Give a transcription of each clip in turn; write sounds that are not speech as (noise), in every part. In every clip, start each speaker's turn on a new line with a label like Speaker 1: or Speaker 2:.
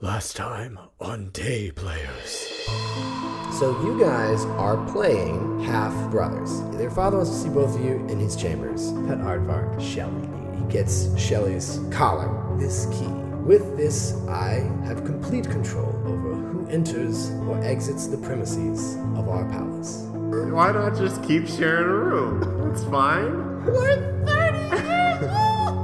Speaker 1: Last time on Day Players.
Speaker 2: So you guys are playing half brothers. Their father wants to see both of you in his chambers. Pet Aardvark, Shelly. He gets Shelly's collar, this key. With this, I have complete control over who enters or exits the premises of our palace.
Speaker 3: Why not just keep sharing a room? It's fine.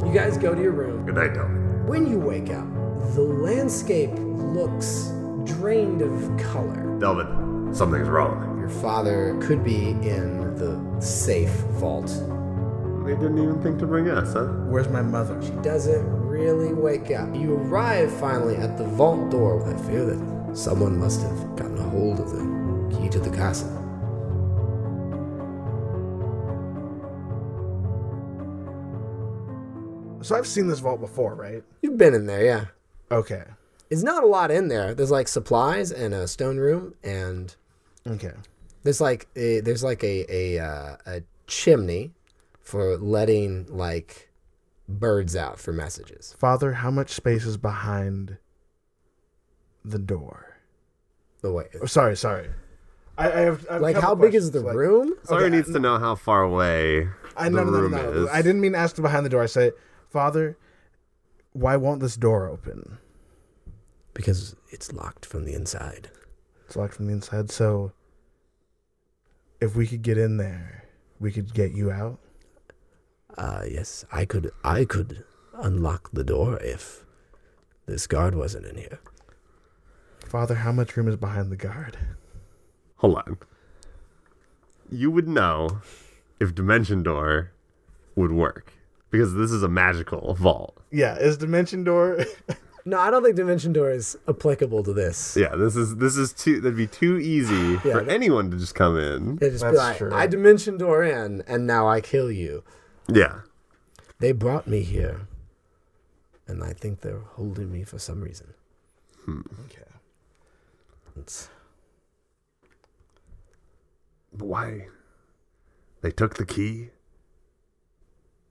Speaker 2: You guys go to your room.
Speaker 3: Good night, Dominic.
Speaker 2: When you wake up, the landscape looks drained of color.
Speaker 3: Delvin, something's wrong.
Speaker 2: Your father could be in the safe vault.
Speaker 3: They didn't even think to bring us, huh?
Speaker 4: Where's my mother?
Speaker 2: She doesn't really wake up. You arrive finally at the vault door. I fear that someone must have gotten a hold of the key to the castle.
Speaker 4: So I've seen this vault before, right?
Speaker 2: You've been in there, yeah.
Speaker 4: Okay.
Speaker 2: There's not a lot in there. There's like supplies and a stone room, and
Speaker 4: Okay.
Speaker 2: there's like a, there's like a a, uh, a chimney for letting like birds out for messages.
Speaker 4: Father, how much space is behind the door?
Speaker 2: The way,
Speaker 4: Oh, sorry, sorry. I, I have I have a
Speaker 2: like
Speaker 4: couple
Speaker 2: how big is
Speaker 4: questions,
Speaker 2: the
Speaker 4: like-
Speaker 2: room?
Speaker 3: Sawyer
Speaker 4: Okay,
Speaker 3: needs to know how far away the
Speaker 4: I no, no, no,
Speaker 3: room
Speaker 4: no, no.
Speaker 3: is.
Speaker 4: I didn't mean to ask behind the door. I said, Father, why won't this door open?
Speaker 2: Because it's locked from the inside.
Speaker 4: It's locked from the inside. So if we could get in there, we could get you out.
Speaker 2: Uh, yes, I could. I could unlock the door if this guard wasn't in here.
Speaker 4: Father, how much room is behind the guard?
Speaker 3: Hold on. You would know if Dimension Door would work because this is a magical vault.
Speaker 4: Yeah, is dimension door
Speaker 2: No, I don't think dimension door is applicable to this.
Speaker 3: Yeah, this is this is too that'd be too easy for
Speaker 2: that-
Speaker 3: anyone to just come in.
Speaker 2: They just be
Speaker 4: That's
Speaker 2: like,
Speaker 4: true.
Speaker 2: I dimension door in, and now I kill you.
Speaker 3: Yeah.
Speaker 2: They brought me here, and I think they're holding me for some reason.
Speaker 4: Okay.
Speaker 2: It's,
Speaker 3: But why? They took the key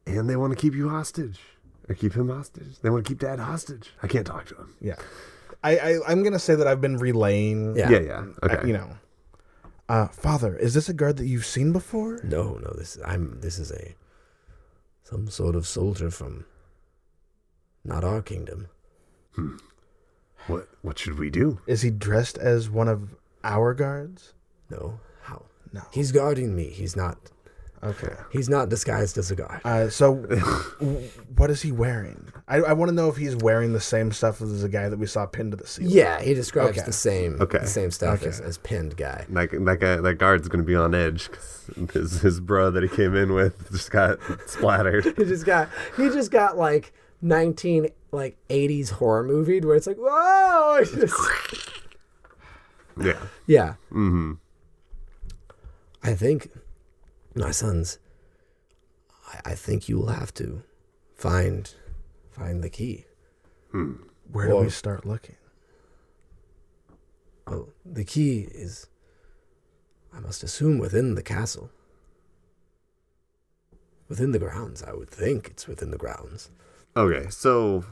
Speaker 3: and they want to keep you hostage. Or keep him hostage. They want to keep dad hostage. I can't talk to him.
Speaker 4: Yeah. I, I I'm gonna say that I've been relaying
Speaker 2: yeah.
Speaker 3: Yeah, yeah. Okay.
Speaker 4: you know. Uh, Father, is this a guard that you've seen before?
Speaker 2: No, no. This I'm. This is a some sort of soldier from not our kingdom.
Speaker 3: What what should we do?
Speaker 4: Is he dressed as one of our guards?
Speaker 2: No, how?
Speaker 4: No.
Speaker 2: He's guarding me. He's not.
Speaker 4: Okay.
Speaker 2: He's not disguised as a guard.
Speaker 4: Uh, so, w- what is he wearing? I, I want to know if he's wearing the same stuff as the guy that we saw pinned to the ceiling.
Speaker 2: Yeah, he describes
Speaker 4: Okay.
Speaker 2: the same
Speaker 3: Okay.
Speaker 2: the same stuff
Speaker 4: Okay.
Speaker 2: as, as pinned guy.
Speaker 3: That, that guy, that guard's gonna be on edge 'cause his his bro that he came in with just got (laughs) splattered.
Speaker 2: He just got he just got like nineteen like eighties horror movie where it's like whoa (laughs) it's just-
Speaker 3: Yeah,
Speaker 2: yeah. Mm-hmm. I think my sons. I, I think you will have to find find the key.
Speaker 3: Hmm.
Speaker 4: Where do
Speaker 2: Whoa.
Speaker 4: we start looking?
Speaker 2: Well, Oh, the key is. I must assume within the castle. Within the grounds, I would think it's within the grounds.
Speaker 3: Okay, so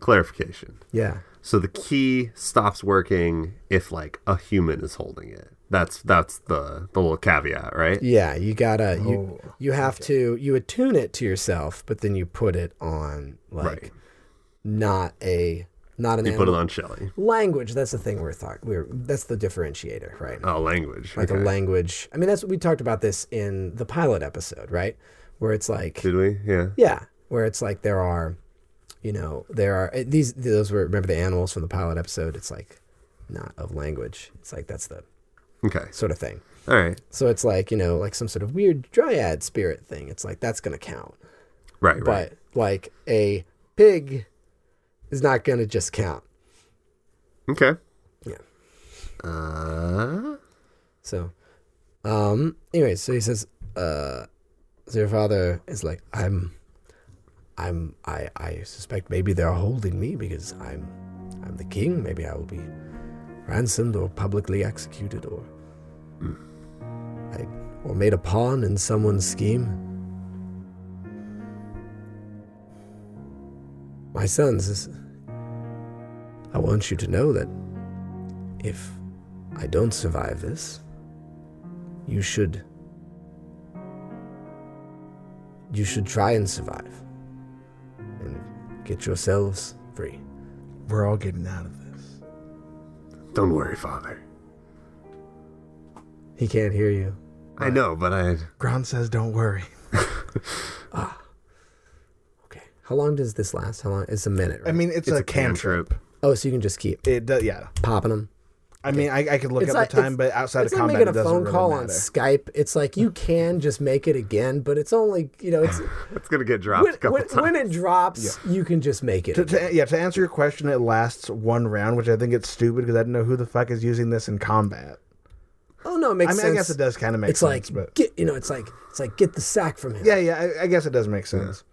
Speaker 3: clarification.
Speaker 2: Yeah.
Speaker 3: So the key stops working if like a human is holding it. That's that's the the little caveat, right?
Speaker 2: Yeah, you gotta you
Speaker 4: Oh,
Speaker 2: you have to you attune it to yourself, but then you put it on like
Speaker 3: Right.
Speaker 2: not a not an
Speaker 3: You put it
Speaker 2: animal.
Speaker 3: on Shelly.
Speaker 2: language. That's the thing we're thought we're that's the differentiator, right?
Speaker 3: Oh, language.
Speaker 2: like
Speaker 3: okay.
Speaker 2: a language. I mean, that's we talked about this in the pilot episode, right? Where it's like
Speaker 3: Did we? Yeah.
Speaker 2: yeah, where it's like there are, you know, there are eh, these those were remember the animals from the pilot episode. It's like not of language. It's like that's the
Speaker 3: Okay.
Speaker 2: sort of thing.
Speaker 3: All right.
Speaker 2: So it's like, you know, like some sort of weird dryad spirit thing. It's like that's gonna count.
Speaker 3: Right. Right.
Speaker 2: But like a pig is not gonna just count.
Speaker 3: okay.
Speaker 2: Yeah.
Speaker 3: Uh.
Speaker 2: So um anyway, so he says, uh so your father is like, I'm I'm I I suspect maybe they're holding me because I'm I'm the king. Maybe I will be ransomed or publicly executed or I or made a pawn in someone's scheme. My sons, this, I want you to know that if I don't survive this, you should. You should try and survive. And get yourselves free.
Speaker 4: We're all getting out of this.
Speaker 3: Don't worry, Father.
Speaker 2: He can't hear you.
Speaker 3: I know, but I.
Speaker 4: Gron says, "Don't worry."
Speaker 2: Okay. How long does this last? How long? It's a minute,
Speaker 4: I
Speaker 2: right?
Speaker 4: mean, it's, a, cantrip.
Speaker 2: oh, so you can just keep
Speaker 4: It does, yeah.
Speaker 2: popping them.
Speaker 4: I mean, I, I could look
Speaker 2: It's
Speaker 4: up
Speaker 2: like-
Speaker 4: the time,
Speaker 2: it's-
Speaker 4: but outside of
Speaker 2: it's like
Speaker 4: combat,
Speaker 2: making
Speaker 4: it
Speaker 2: a
Speaker 4: doesn't
Speaker 2: phone
Speaker 4: really
Speaker 2: call on
Speaker 4: matter.
Speaker 2: Skype. It's like you can just make it again, but it's only you know
Speaker 4: (sighs)
Speaker 2: it's
Speaker 3: It's gonna get dropped
Speaker 2: when,
Speaker 3: a couple
Speaker 2: when,
Speaker 3: times.
Speaker 2: when it drops, you can just make it.
Speaker 4: To, to, yeah, to answer your question, it lasts one round, which I think it's stupid because I don't know who the fuck is using this in combat.
Speaker 2: oh no, it makes
Speaker 4: I mean,
Speaker 2: sense.
Speaker 4: I guess it does kind of make
Speaker 2: It's like
Speaker 4: sense, but
Speaker 2: get you know, it's like it's like get the sack from him.
Speaker 4: yeah, yeah, I, I guess it does make sense.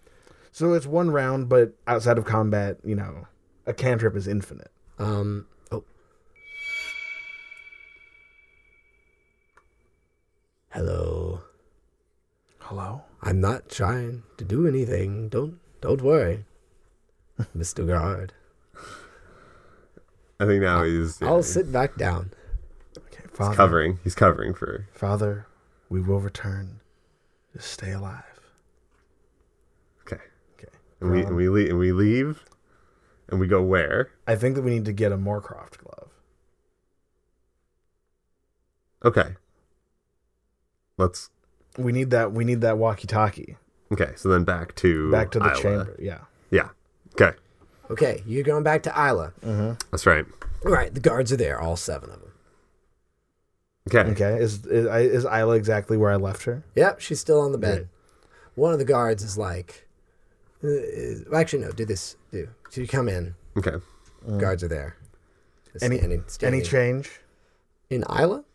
Speaker 4: So it's one round, but outside of combat, you know, a cantrip is infinite.
Speaker 2: Um. Oh. Hello.
Speaker 4: Hello,
Speaker 2: I'm not trying to do anything. Don't don't worry,
Speaker 4: (laughs)
Speaker 2: Mister Guard.
Speaker 3: I think now he's, yeah,
Speaker 2: I'll
Speaker 3: he's
Speaker 2: sit back down.
Speaker 4: okay, father,
Speaker 3: covering. He's covering for.
Speaker 4: father, we will return. Just stay alive.
Speaker 3: Okay.
Speaker 4: Okay.
Speaker 3: And we and we leave and we leave, and we go where?
Speaker 4: I think that we need to get a Moorcroft glove.
Speaker 3: Okay. Let's.
Speaker 4: We need that. We need that walkie-talkie
Speaker 3: Okay, so then back to
Speaker 4: back to the
Speaker 3: Isla.
Speaker 4: chamber. Yeah.
Speaker 3: Yeah. Okay,
Speaker 2: Okay, you're going back to Isla. Mm-hmm.
Speaker 3: that's right.
Speaker 2: All right, the guards are there, all seven of them.
Speaker 3: Okay.
Speaker 4: Okay. Is is, is Isla exactly where I left her?
Speaker 2: Yep, she's still on the bed. One of the guards is like, uh, uh, actually, no, do this. Do. So you come in,
Speaker 3: Okay.
Speaker 2: guards are there. Just
Speaker 4: Mm. Any-
Speaker 2: standing, standing.
Speaker 4: Any change?
Speaker 2: in Isla?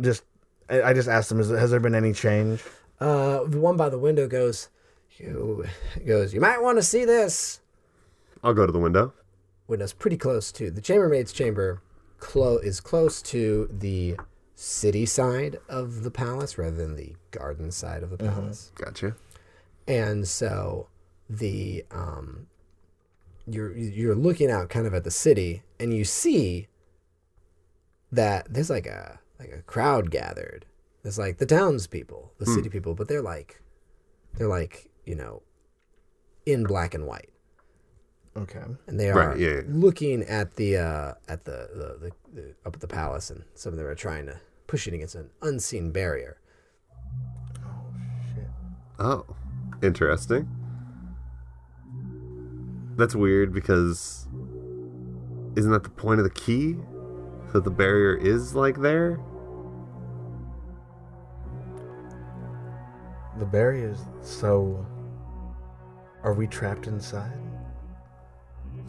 Speaker 4: Just I, I just asked him. Is, has there been any change?
Speaker 2: Uh, the one by the window goes, you, goes, you might want to see this.
Speaker 3: I'll go to the window.
Speaker 2: Window's pretty close to the chambermaid's chamber. Clo- is close to the city side of the palace rather than the garden side of the palace.
Speaker 3: Gotcha.
Speaker 2: and so the um you're you're looking out kind of at the city and you see that there's like a like a crowd gathered there's like the townspeople
Speaker 3: Hmm.
Speaker 2: the city people but they're like they're like you know in black and white
Speaker 4: Okay.
Speaker 2: and they
Speaker 3: Right,
Speaker 2: are
Speaker 3: yeah, yeah.
Speaker 2: looking at the uh at the the, the the up at the palace and some of them are trying to push it against an unseen barrier
Speaker 3: Oh, interesting. That's weird because isn't that the point of the key? That the barrier is like there?
Speaker 4: The barriers. So, are we trapped inside?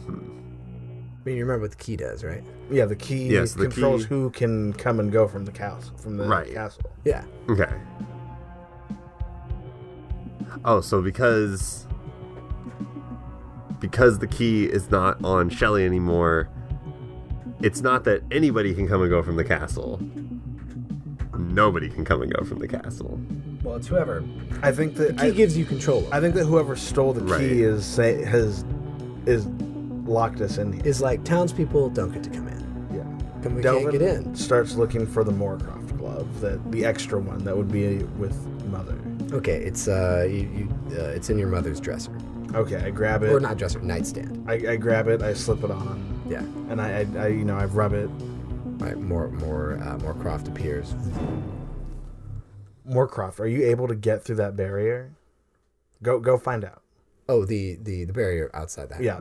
Speaker 2: i mean you remember what the key does right
Speaker 4: Yeah. The key
Speaker 3: Yes, the
Speaker 4: controls
Speaker 3: key-
Speaker 4: who can come and go from the castle. From the
Speaker 3: Right.
Speaker 4: castle.
Speaker 2: yeah
Speaker 3: Okay. Oh, so because because the key is not on Shelly anymore, it's not that anybody can come and go from the castle. Nobody can come and go from the castle.
Speaker 2: well it's whoever
Speaker 4: I think that
Speaker 2: key
Speaker 4: I,
Speaker 2: gives you control over
Speaker 4: I think that whoever stole the
Speaker 3: Right.
Speaker 4: key is say, has is locked us in here.
Speaker 2: is like townspeople don't get to come in.
Speaker 4: Yeah.
Speaker 2: Come, we
Speaker 4: Delvin
Speaker 2: can't get in.
Speaker 4: starts looking for the Moorcroft glove, that the extra one that would be with mother.
Speaker 2: Okay, it's uh, you, you, uh it's in your mother's dresser
Speaker 4: Okay, I grab it.
Speaker 2: or not dresser, nightstand.
Speaker 4: I, I grab it. I slip it on,
Speaker 2: Yeah.
Speaker 4: and I, I, I you know I rub it.
Speaker 2: All right, more more uh, more Croft appears.
Speaker 4: Moorcroft, are you able to get through that barrier? Go go find out.
Speaker 2: Oh, the the the barrier outside that.
Speaker 4: Yeah.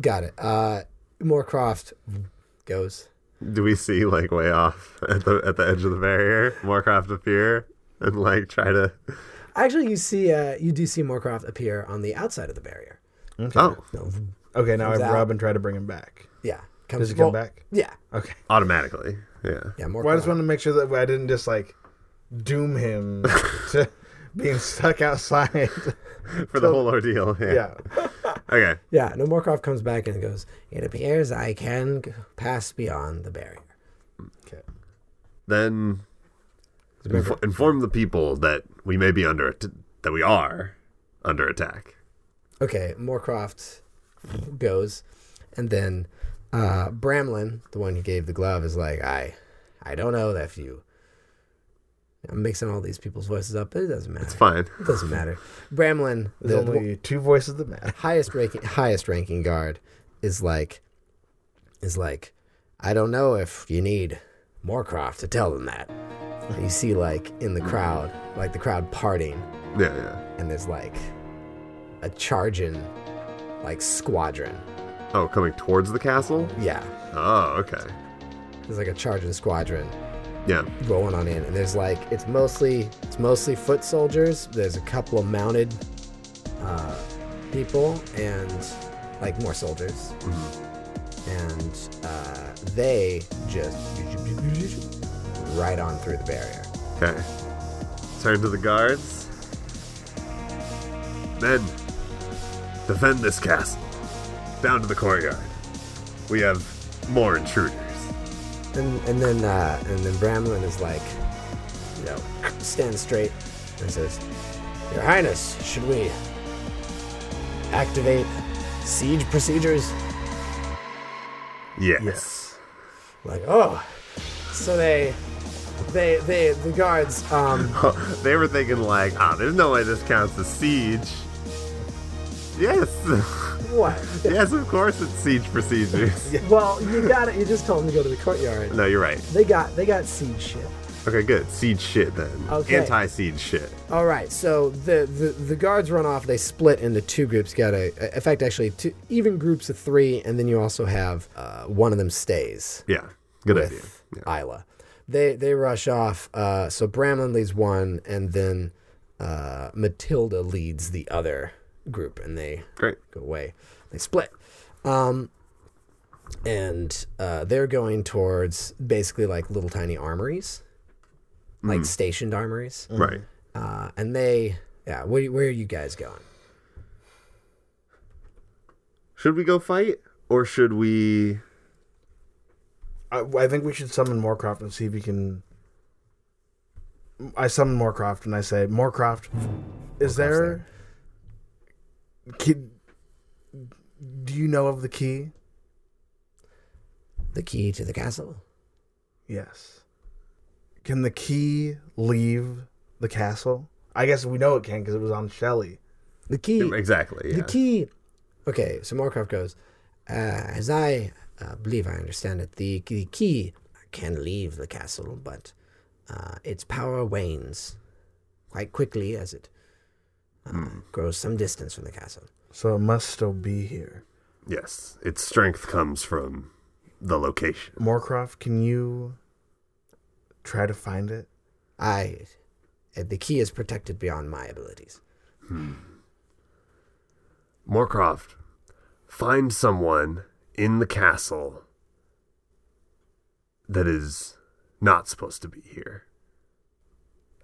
Speaker 2: Got it. Uh, more Croft goes.
Speaker 3: Do we see like way off at the at the edge of the barrier, Warcraft appear and like try to?
Speaker 2: Actually, you see, uh, you do see Moorcroft appear on the outside of the barrier.
Speaker 3: Oh,
Speaker 2: No,
Speaker 4: Okay, now I
Speaker 2: Comes out.
Speaker 4: rub and try to bring him back.
Speaker 2: yeah, comes
Speaker 4: Does he come
Speaker 2: well,
Speaker 4: back?
Speaker 2: Yeah,
Speaker 4: Okay.
Speaker 3: automatically. Yeah.
Speaker 2: yeah. More.
Speaker 4: Well, I just wanted to make sure that I didn't just like doom (laughs) him to being stuck outside.
Speaker 3: For the whole ordeal. Yeah.
Speaker 4: (laughs) yeah.
Speaker 3: Okay.
Speaker 2: Yeah, no. Moorcroft comes back and goes. It appears I can g- pass beyond the barrier.
Speaker 4: Okay.
Speaker 3: Then
Speaker 2: Remember-
Speaker 3: Info- inform the people that we may be under at- that we are under attack.
Speaker 2: Okay, Moorcroft goes, and then Uh, Bramlin, the one who gave the glove, is like, I, I don't know if you. I'm mixing all these people's voices up, but it doesn't matter.
Speaker 3: It's fine.
Speaker 2: It doesn't matter. Bramlin,
Speaker 4: There's
Speaker 2: the, the
Speaker 4: only two voices that matter.
Speaker 2: highest ranking highest ranking guard is like is like I don't know if you need Moorcroft to tell them that. And you see like in the crowd, like the crowd parting,
Speaker 3: Yeah, yeah.
Speaker 2: and there's like a charging like squadron.
Speaker 3: Oh, coming towards the castle?
Speaker 2: Yeah.
Speaker 3: Oh, okay.
Speaker 2: There's like a charging squadron
Speaker 3: Yeah.
Speaker 2: rolling on in and there's like it's mostly it's mostly foot soldiers there's a couple of mounted uh, people and like more soldiers and uh, they just right on through the barrier
Speaker 3: Okay. Turn to the guards. Men, defend this castle. Down to the courtyard. We have more intruders.
Speaker 2: and, and then uh, and then Bramlin is like you know stands straight and says your highness should we activate siege procedures
Speaker 3: Yes.
Speaker 4: Yes.
Speaker 2: like oh so they they they the guards um
Speaker 3: (laughs)
Speaker 2: (laughs)
Speaker 3: they were thinking like, ah, there's no way this counts as siege. Yes. (laughs)
Speaker 2: what
Speaker 3: yes, of course it's siege procedures.
Speaker 5: Well, you got it. You just told him to go to the courtyard.
Speaker 3: No, you're right.
Speaker 5: They got they got seed shit.
Speaker 3: Okay, good. Siege shit then.
Speaker 2: Okay.
Speaker 3: Anti-siege shit.
Speaker 2: all right so the, the the guards run off they split into two groups got a in fact actually two even groups of three and then you also have uh, one of them stays
Speaker 3: Yeah. Good idea.
Speaker 2: with Isla they they rush off uh, so Bramlin leads one and then uh, Matilda leads the other group and they
Speaker 3: Great.
Speaker 2: go away. They split. Um, and uh, they're going towards basically like little tiny armories, like
Speaker 3: Hmm.
Speaker 2: stationed armories.
Speaker 3: Right.
Speaker 2: Uh, and they, yeah, where, where are you guys going?
Speaker 3: Should we go fight or should we
Speaker 4: I, I think we should summon Moorcroft and see if he can. I summon Moorcroft and I say, Moorcroft, is there? Kid, do you know of the key?
Speaker 2: The key to the castle?
Speaker 4: Yes. Can the key leave the castle? I guess we know it can because it was on Shelley.
Speaker 2: The key.
Speaker 3: Exactly. Yeah.
Speaker 2: The key. Okay, so Markov goes, uh, as I uh, believe I understand it, the, the key can leave the castle, but uh, its power wanes quite quickly as it uh, grows some distance from the castle.
Speaker 4: So it must still be here.
Speaker 3: Yes. Its strength comes from the location.
Speaker 4: Moorcroft, can you try to find it?
Speaker 2: I, uh, the key is protected beyond my abilities.
Speaker 3: Moorcroft, find someone in the castle that is not supposed to be here.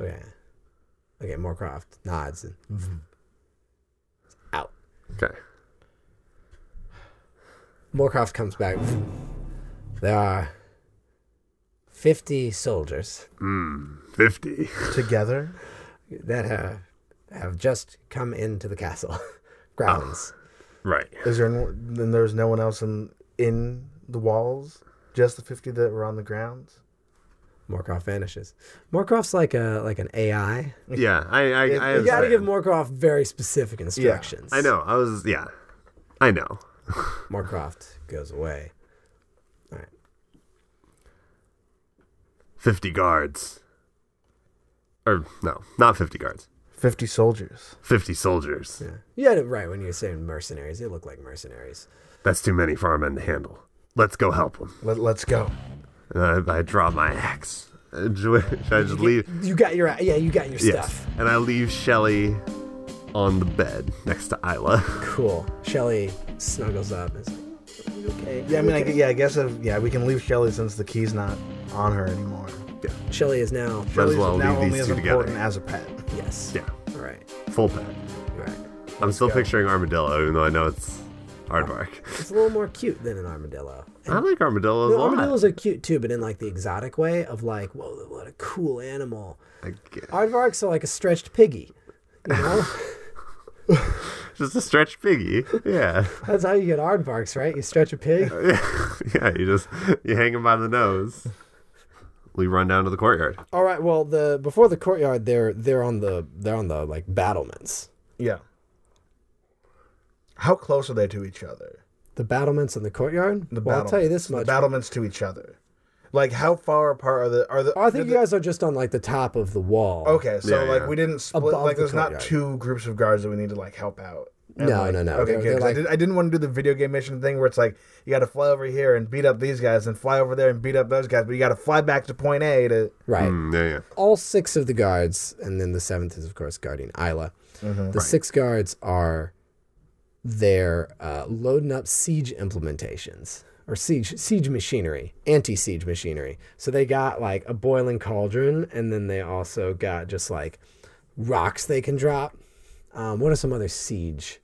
Speaker 2: Okay. Okay, Moorcroft nods and out.
Speaker 3: Okay.
Speaker 2: Moorcroft comes back. There are 50 soldiers.
Speaker 3: Mm, 50.
Speaker 4: Together?
Speaker 2: that have, have just come into the castle (laughs) grounds.
Speaker 3: (laughs) right.
Speaker 4: Is there? No, then there's no one else in in the walls. Just the fifty that were on the grounds.
Speaker 2: Morcroft vanishes. Morcroft's like a like an AI.
Speaker 3: Yeah. I, I, I
Speaker 2: You got to
Speaker 3: understand.
Speaker 2: give Morcroft very specific instructions.
Speaker 3: I know. I was, yeah. I know.
Speaker 2: Morcroft goes away.
Speaker 3: 50 guards. Or, no, not 50 guards.
Speaker 4: Fifty soldiers.
Speaker 3: 50 soldiers.
Speaker 2: Yeah, you had it right when you were saying mercenaries. They look like mercenaries.
Speaker 3: That's too many for our men to handle. Let's go help them.
Speaker 4: Let Let's go.
Speaker 3: And I, I draw my axe. Uh, do- Should I just leave?
Speaker 2: You got your yeah. You got your
Speaker 3: Yes.
Speaker 2: stuff.
Speaker 3: And I leave Shelly on the bed next to Isla.
Speaker 2: Cool. Shelly snuggles up. And is like, "You okay.
Speaker 4: Yeah, I mean, I, gu- yeah, I guess if yeah, we can leave Shelly since the key's not on her anymore.
Speaker 2: Shelly is now
Speaker 3: Might as
Speaker 4: Shelly's
Speaker 3: well
Speaker 4: now
Speaker 3: leave
Speaker 4: only
Speaker 3: these
Speaker 4: as
Speaker 3: two
Speaker 4: important
Speaker 3: together.
Speaker 4: as a pet.
Speaker 2: yes.
Speaker 3: (laughs) Yeah.
Speaker 2: All right.
Speaker 3: Full pet.
Speaker 2: All right.
Speaker 3: I'm still picturing armadillo, even though I know it's hard work.
Speaker 2: It's a little more cute than an armadillo.
Speaker 3: I like armadillos
Speaker 2: No,
Speaker 3: a lot.
Speaker 2: armadillos are cute too, but in like the exotic way of like, whoa, what a cool animal.
Speaker 3: I guess.
Speaker 4: (laughs)
Speaker 2: Aardvarks are like a stretched piggy. You know?
Speaker 3: Just a stretched piggy. Yeah. (laughs)
Speaker 5: That's how you get aardvarks, right? You stretch a pig.
Speaker 3: yeah, you just you hang him by the nose. We run down to the courtyard.
Speaker 2: All right. Well, the before the courtyard, they're they're on the they're on the like battlements.
Speaker 4: Yeah. How close are they to each other?
Speaker 2: The battlements in the courtyard.
Speaker 4: The
Speaker 2: well, I'll tell you this much.
Speaker 4: battlements. The battlements to each other. Like how far apart are the are the?
Speaker 2: Oh, I think
Speaker 4: the-
Speaker 2: you guys are just on like the top of the wall.
Speaker 4: Okay, so
Speaker 3: Yeah,
Speaker 4: like
Speaker 3: yeah.
Speaker 4: we didn't split.
Speaker 2: Above
Speaker 4: like
Speaker 2: the
Speaker 4: there's not
Speaker 2: courtyard.
Speaker 4: two groups of guards that we need to like help out.
Speaker 2: No,
Speaker 4: like-
Speaker 2: no, no.
Speaker 4: Okay,
Speaker 2: They're-
Speaker 4: good. 'cause
Speaker 2: they're
Speaker 4: I,
Speaker 2: like-
Speaker 4: did, I didn't want to do the video game mission thing where it's like you got to fly over here and beat up these guys, and fly over there and beat up those guys, but you got to fly back to point A to.
Speaker 2: Right.
Speaker 3: Mm, yeah, yeah.
Speaker 2: all six of the guards, and then the seventh is of course guarding Isla.
Speaker 3: Mm-hmm.
Speaker 2: The six guards are they're uh, loading up siege implementations or siege siege machinery, anti siege machinery. So they got like a boiling cauldron, and then they also got just like rocks they can drop. Um, what are some other siege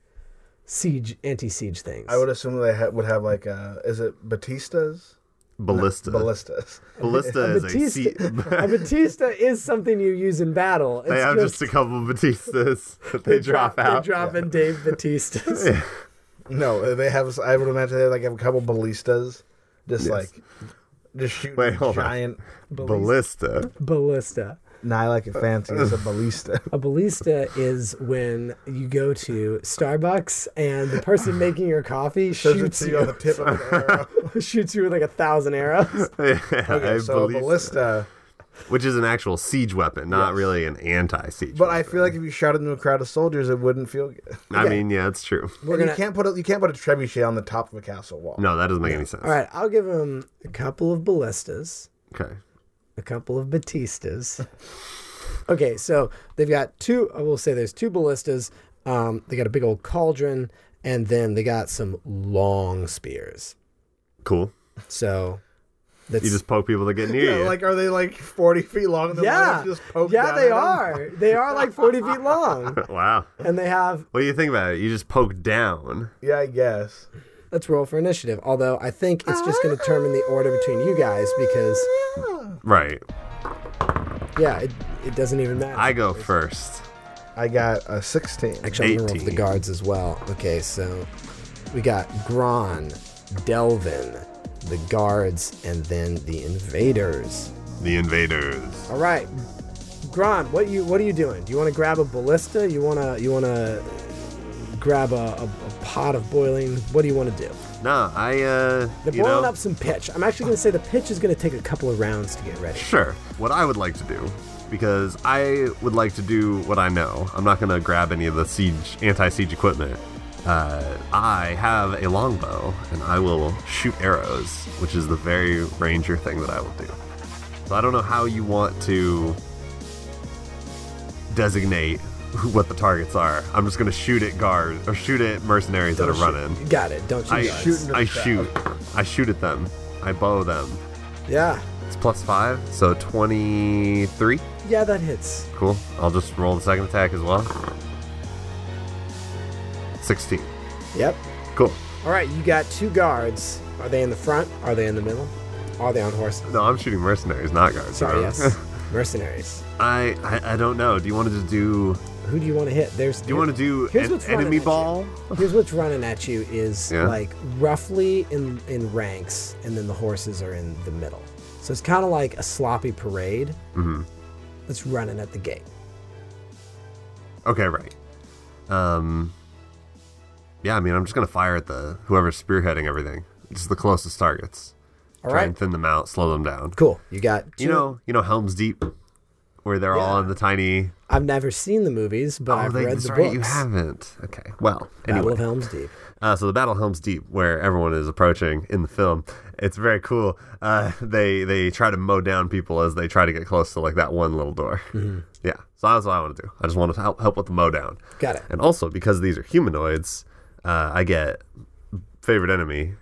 Speaker 2: siege anti siege things?
Speaker 4: I would assume they ha- would have like uh, is it Batistas?
Speaker 3: Ballista.
Speaker 4: Ballistas. (laughs)
Speaker 3: Ballista is a
Speaker 2: Batista,
Speaker 3: (laughs) seat.
Speaker 2: a Uh, Batista is something you use in battle. It's
Speaker 3: they have just a couple Batistas (laughs) that they, drop, out.
Speaker 2: They're dropping Dave Batistas. (laughs)
Speaker 4: No, they have. I would imagine they like have a couple ballistas, just like just shooting
Speaker 3: Wait, hold on.
Speaker 4: giant.
Speaker 3: Ballista.
Speaker 2: Ballista.
Speaker 4: Nah, I like it fancy. It's
Speaker 3: (laughs)
Speaker 4: a ballista.
Speaker 2: A ballista is when you go to Starbucks and the person making your coffee
Speaker 4: Shows it
Speaker 2: shoots
Speaker 4: to you on
Speaker 2: you,
Speaker 4: the tip of an arrow.
Speaker 2: (laughs) shoots you with like a thousand
Speaker 4: (laughs)
Speaker 2: arrows.
Speaker 3: (laughs) Yeah,
Speaker 4: Okay,
Speaker 3: a
Speaker 4: so a
Speaker 3: ballista.
Speaker 4: ballista.
Speaker 3: Which is an actual siege weapon, not really an anti siege
Speaker 4: But I feel like if you shot into a crowd of soldiers, it wouldn't feel (laughs) good.
Speaker 3: I mean, yeah, it's true.
Speaker 4: And you can't put a, you can't put a trebuchet on the top of a castle wall.
Speaker 3: No, that doesn't make any sense.
Speaker 2: All right, I'll give him a couple of ballistas,
Speaker 3: Okay.
Speaker 2: a couple of Batistas. Okay, so they've got two. I will say there's two ballistas. Um, they got a big old cauldron, and then they got some long spears.
Speaker 3: Cool.
Speaker 2: So that's
Speaker 3: You just poke people that get near
Speaker 4: Yeah,
Speaker 3: you.
Speaker 4: like are they like forty feet long? And the
Speaker 2: yeah,
Speaker 4: lions Just poke
Speaker 2: yeah,
Speaker 4: down
Speaker 2: they
Speaker 4: at 'em?
Speaker 2: are. They are like 40
Speaker 4: (laughs)
Speaker 2: feet long,
Speaker 3: (laughs) wow.
Speaker 2: and they have.
Speaker 3: What do you think about it? You just poke down.
Speaker 4: Yeah, I guess.
Speaker 2: Let's roll for initiative. Although I think it's just going to determine the order between you guys because
Speaker 3: Right.
Speaker 2: yeah, it, it doesn't even matter.
Speaker 3: I go first.
Speaker 4: I got a sixteen.
Speaker 2: Actually, I'm going to roll for the
Speaker 3: 18.
Speaker 2: guards as well. Okay, so we got Gron, Delvin, the guards, and then the invaders.
Speaker 3: The invaders.
Speaker 2: All right, Gron, what you what are you doing? Do you want to grab a ballista? You wanna you wanna grab a, a, a pot of boiling? What do you want to do?
Speaker 3: No, I uh
Speaker 2: They're
Speaker 3: you
Speaker 2: boiling
Speaker 3: know,
Speaker 2: up some pitch. I'm actually going to say the pitch is going to take a couple of rounds to get ready.
Speaker 3: Sure. What I would like to do, because I would like to do what I know. I'm not gonna grab any of the siege anti-siege equipment. Uh, I have a longbow, and I will shoot arrows, which is the very ranger thing that I will do. So I don't know how you want to designate (laughs) who, what the targets are. I'm just gonna shoot at guard or shoot at mercenaries that are running.
Speaker 2: Got it. Don't you?
Speaker 3: I
Speaker 2: guys?
Speaker 4: shoot into the
Speaker 3: I
Speaker 4: crowd.
Speaker 3: shoot. I shoot at them. I bow them.
Speaker 2: Yeah.
Speaker 3: It's plus five, so 23.
Speaker 2: Yeah, that hits.
Speaker 3: Cool. I'll just roll the second attack as well. 16.
Speaker 2: Yep.
Speaker 3: Cool.
Speaker 2: All right, you got two guards. Are they in the front? Are they in the middle? Are they on horses?
Speaker 3: No, I'm shooting mercenaries, not guards.
Speaker 2: Sorry,
Speaker 3: no. (laughs)
Speaker 2: yes. Mercenaries.
Speaker 3: I, I I don't know. Do you want to just do? Do
Speaker 2: Who do you want to hit? There's.
Speaker 3: you want to do
Speaker 2: Here's
Speaker 3: an
Speaker 2: what's running
Speaker 3: enemy
Speaker 2: at you.
Speaker 3: ball?
Speaker 2: Here's what's running at you is
Speaker 3: Yeah.
Speaker 2: like roughly in in ranks, and then the horses are in the middle. So it's kind of like a sloppy parade
Speaker 3: Mm-hmm.
Speaker 2: that's running at the gate.
Speaker 3: Okay, right. Um. Yeah, I mean, I'm just gonna fire at the whoever's spearheading everything. Just the closest targets.
Speaker 2: All
Speaker 3: Try
Speaker 2: right.
Speaker 3: and thin them out, slow them down.
Speaker 2: Cool. You got.
Speaker 3: You
Speaker 2: two-
Speaker 3: know, you know, Helm's Deep, where they're all in the tiny
Speaker 2: I've never seen the movies, but I've
Speaker 3: Oh, they-
Speaker 2: read the
Speaker 3: that's right,
Speaker 2: books.
Speaker 3: You haven't. Okay. Well,
Speaker 2: Battle
Speaker 3: anyway,
Speaker 2: of Helm's Deep.
Speaker 3: uh, so the Battle of Helm's Deep, where everyone is approaching in the film, it's very cool. Uh, they they try to mow down people as they try to get close to like that one little door.
Speaker 2: Mm-hmm.
Speaker 3: Yeah. So that's what I want to do. I just want to help help with the mow down.
Speaker 2: Got it.
Speaker 3: And also because these are humanoids, uh, I get favorite enemy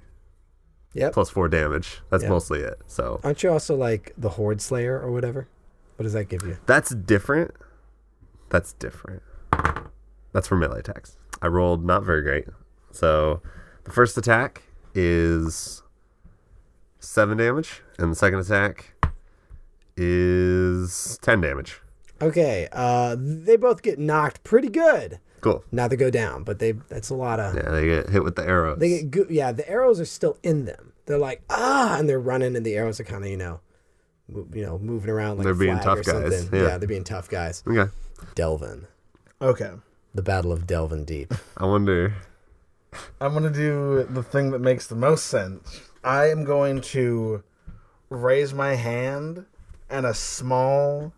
Speaker 2: Yep.
Speaker 3: plus four damage. That's
Speaker 2: Yeah.
Speaker 3: mostly it. So
Speaker 2: Aren't you also like the Horde Slayer or whatever? What does that give you?
Speaker 3: That's different. That's different. That's for melee attacks. I rolled not very great. So the first attack is seven damage, and the second attack is ten damage.
Speaker 2: Okay, uh, they both get knocked pretty good.
Speaker 3: Cool.
Speaker 2: Not to go down, but they that's a lot of
Speaker 3: Yeah, they get hit with the arrows.
Speaker 2: they get go- yeah, the arrows are still in them. They're like ah, and they're running, and the arrows are kind of you know, mo- you know, moving around like
Speaker 3: They're
Speaker 2: a
Speaker 3: being
Speaker 2: flag
Speaker 3: tough
Speaker 2: or
Speaker 3: guys,
Speaker 2: something.
Speaker 3: yeah.
Speaker 2: they're being tough guys.
Speaker 3: okay.
Speaker 2: Delvin,
Speaker 4: Okay.
Speaker 2: the Battle of Delvin
Speaker 3: (laughs)
Speaker 2: Deep.
Speaker 3: I wonder.
Speaker 4: I'm gonna do the thing that makes the most sense. I am going to raise my hand, and a small,